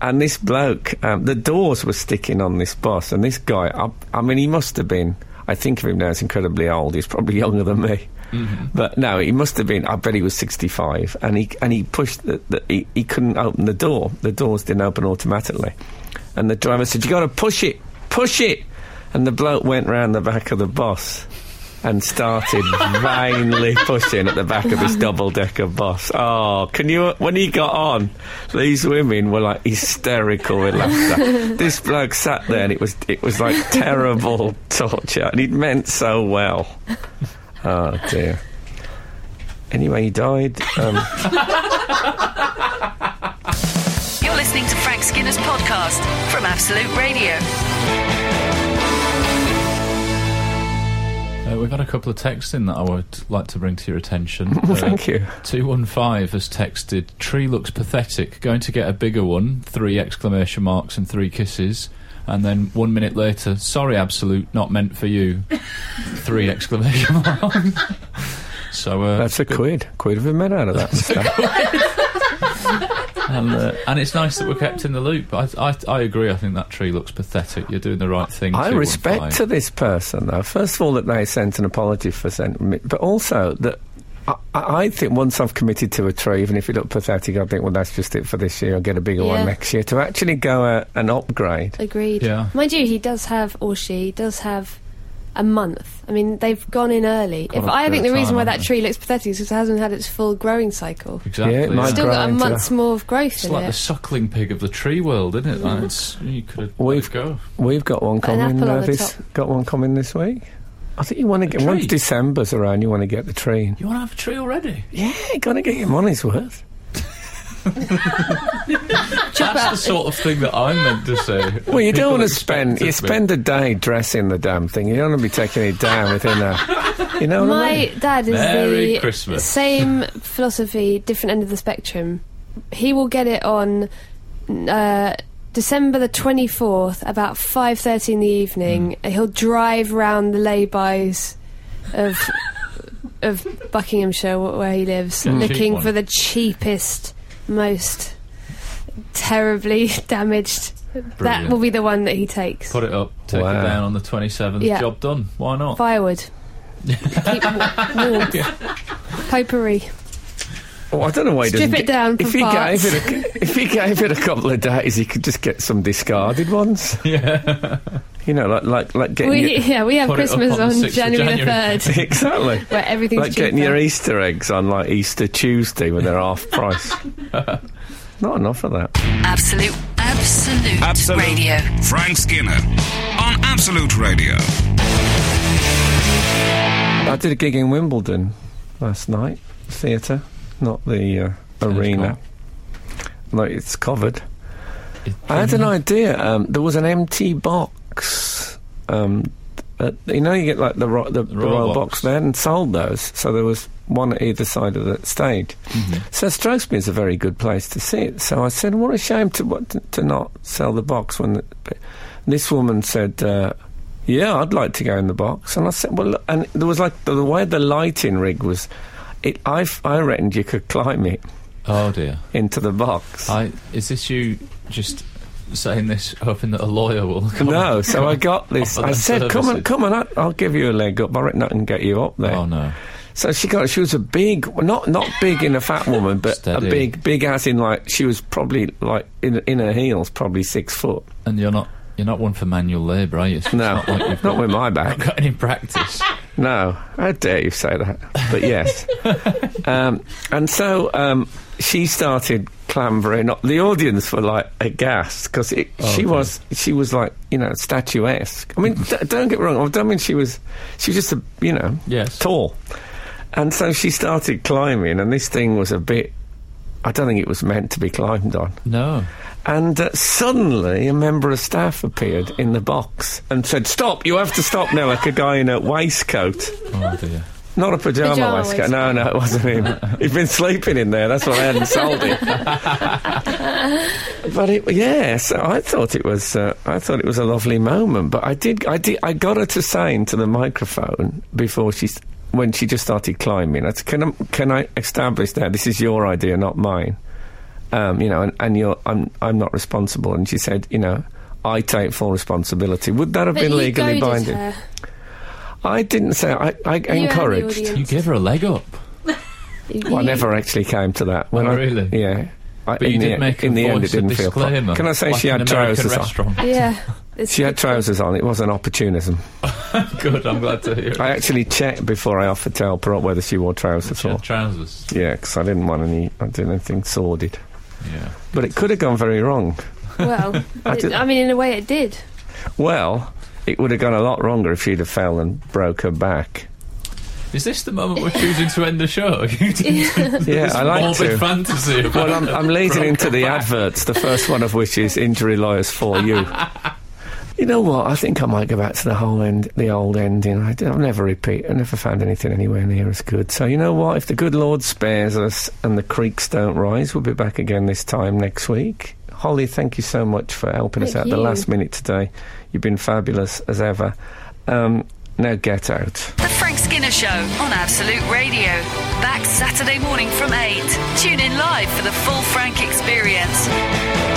And this bloke, um, the doors were sticking on this bus, and this guy, I, I mean, he must have been. I think of him now as incredibly old. He's probably younger than me,
Mm-hmm.
but no, he must have been. I bet he was sixty-five, and he and he pushed. The, the, he, he couldn't open the door. The doors didn't open automatically, and the driver said, "You got to push it, push it." And the bloke went round the back of the bus and started vainly pushing at the back of this double decker bus. Oh, can you? When he got on, these women were like hysterical with laughter. this bloke sat there, and it was it was like terrible torture, and he'd meant so well. Oh dear. Anyway, he died. Um,
You're listening to Frank Skinner's podcast from Absolute Radio.
Uh, we've had a couple of texts in that I would like to bring to your attention. Uh,
thank you.
215 has texted, Tree looks pathetic, going to get a bigger one, three exclamation marks and three kisses. And then one minute later, sorry, Absolute, not meant for you. three exclamation marks. so, uh,
That's a quid. Quid have been made out of that. stuff.
and, uh, and it's nice that we're kept in the loop. I, I, I agree, I think that tree looks pathetic. You're doing the right thing.
I
215.
respect to this person, though. First of all, that they sent an apology for sending me, but also that I, I I think once I've committed to a tree, even if it looked pathetic, I think, well, that's just it for this year. I'll get a bigger
Yeah.
one next year. To actually go out and upgrade.
Agreed.
Yeah.
Mind you, he does have, or she does have, a month. I mean, they've gone in early.
Got
if
a
I think
bit
the
of
reason
time,
why
haven't
that
they?
tree looks pathetic is because it hasn't had its full growing cycle.
Exactly.
Yeah, it might
It's still
grow
got a
into
month's more of growth
It's
in
like
it.
the suckling pig of the tree world, isn't it? Like, it's, you could have
We've-
let it go.
We've got one
An
coming
apple on
uh,
the
this.
top.
Got one coming this week. I think you want to get once
tree?
December's around, you want to get the tree.
You want to have a tree already?
Yeah, you got to get your money's worth.
That's the sort of thing that I meant to say.
Well, you don't
People
want to
expect
spend. You
it, but-
spend a day dressing the damn thing. You don't want to be taking it down within a. You know what I mean?
My dad is
Merry
the
Christmas.
same philosophy, different end of the spectrum. He will get it on uh, December the twenty fourth, about five thirty in the evening.
Mm.
He'll drive round the laybys of of Buckinghamshire, wh- where he lives,
cheap
looking
one.
for the cheapest, most terribly damaged. That
Brilliant.
will be the one that he takes.
Put it up, take
Wow.
it down on the 27th.
Yeah.
Job done. Why not?
Firewood. Keep wa- warm. Potpourri.
Well, Oh, I don't know why he
Strip
doesn't
it down
If
for
he
parts.
gave it, a, if he gave it a couple of days, he could just get some discarded ones.
Yeah.
You know, like like like getting
We,
your-
yeah, we have
Put it up
Christmas
on the
on,
6th of
January the
January.
3rd,
exactly.
where everything's
like getting
cheaper.
your Easter eggs on like Easter Tuesday when they're half price. Not enough of that.
Absolute, absolute,
Absolute.
radio.
Frank Skinner on Absolute Radio.
I did a gig in Wimbledon last night, theatre, not the uh, arena. No, it's covered. I had an idea. Um, there was an empty box. Um, at, you know, you get like the, ro- the, the
Royal
royal box.
Box.
They hadn't sold those, so there was one at either side of the stage.
Mm-hmm.
So it strikes me as a very good place to see it. So I said, "What a shame to what, to not sell the box." When the, this woman said. Uh, yeah, I'd like to go in the box, and I said, "Well," look," and there was like the, the way the lighting rig was. It, I, I reckoned you could climb it
Oh dear.
into the box.
I is this you just saying this hoping that a lawyer will come?
No, so I got this.
Offer
I
them
said, "Come on,
services.
come on! I'll, I'll give you a leg up. I reckon I can get you up there."
Oh no.
So she got. She was a big, well, not not big in a fat woman, but
Steady.
a big, big as in like she was probably like in in her heels, probably six foot.
And you're not you're not one for manual labour, are you? It's
No,
not like you've
not with my back.
got any practice.
No, how dare you say that? But yes. um, and so um, she started clambering up. The audience were like aghast because she
Oh, okay. Mm-hmm.
was she was like you know statuesque. I mean, d- don't get wrong. I don't mean she was she was just a you know
Yes.
tall. And so she started climbing, and this thing was a bit. I don't think it was meant to be climbed on.
No.
And uh, suddenly, a member of staff appeared in the box and said, "Stop! You have to stop now!" Like a guy in a waistcoat.
Oh dear.
Not a pajama,
Pyjama
waistcoat.
waistcoat.
No, no, it wasn't him. He'd been sleeping in there. That's why I hadn't sold it. but it, yeah, so I thought it was. Uh, I thought it was a lovely moment. But I did. I did. I got her to say into the microphone before she. s- When she just started climbing, I said, "Can I, can I establish that this is your idea, not mine? Um, you know, and, and you're I'm I'm not responsible." And she said, "You know, I take full responsibility. Would that have
But
been
you
legally
goaded
binding?"
her.
I didn't say. I, I
You and the
encouraged.
audience.
You gave her a leg up.
Well, I
You-
never actually came to that.
Oh,
I-
really?
Yeah. I,
But you
in
did
the,
make a
in the end, it
voice, a
didn't feel. pro-
disclaimer,
Can I say
like
she
an
had
American
trousers on?
restaurant.
Yeah. It's
She had trousers on. It was an opportunism.
Good, I'm glad to hear it.
I actually checked before I offered to help her up whether she wore trousers
She
or.
had trousers.
Yeah, because I didn't want any. I did anything sordid.
Yeah.
But it could have gone very wrong.
Well,
I
it-
did-
I mean, in a way, it did.
Well, it would have gone a lot wronger if she'd have fell and broke her back.
Is this the moment we're choosing to end the show?
Yeah, I like
morbid
to.
fantasy.
Well, I'm, I'm leading into the adverts, the first one of which is Injury Lawyers for You. You know what? I think I might go back to the whole end, the old ending. I, have never repeat. I never found anything anywhere near as good. So you know what? If the good Lord spares us and the creeks don't rise, we'll be back again this time next week. Holly, thank you so much for helping us
Thank
out at the
you.
last minute today. You've been fabulous as ever. Um, now get out.
The Frank Skinner Show on Absolute Radio. Back Saturday morning from 8. Tune in live for the full Frank experience.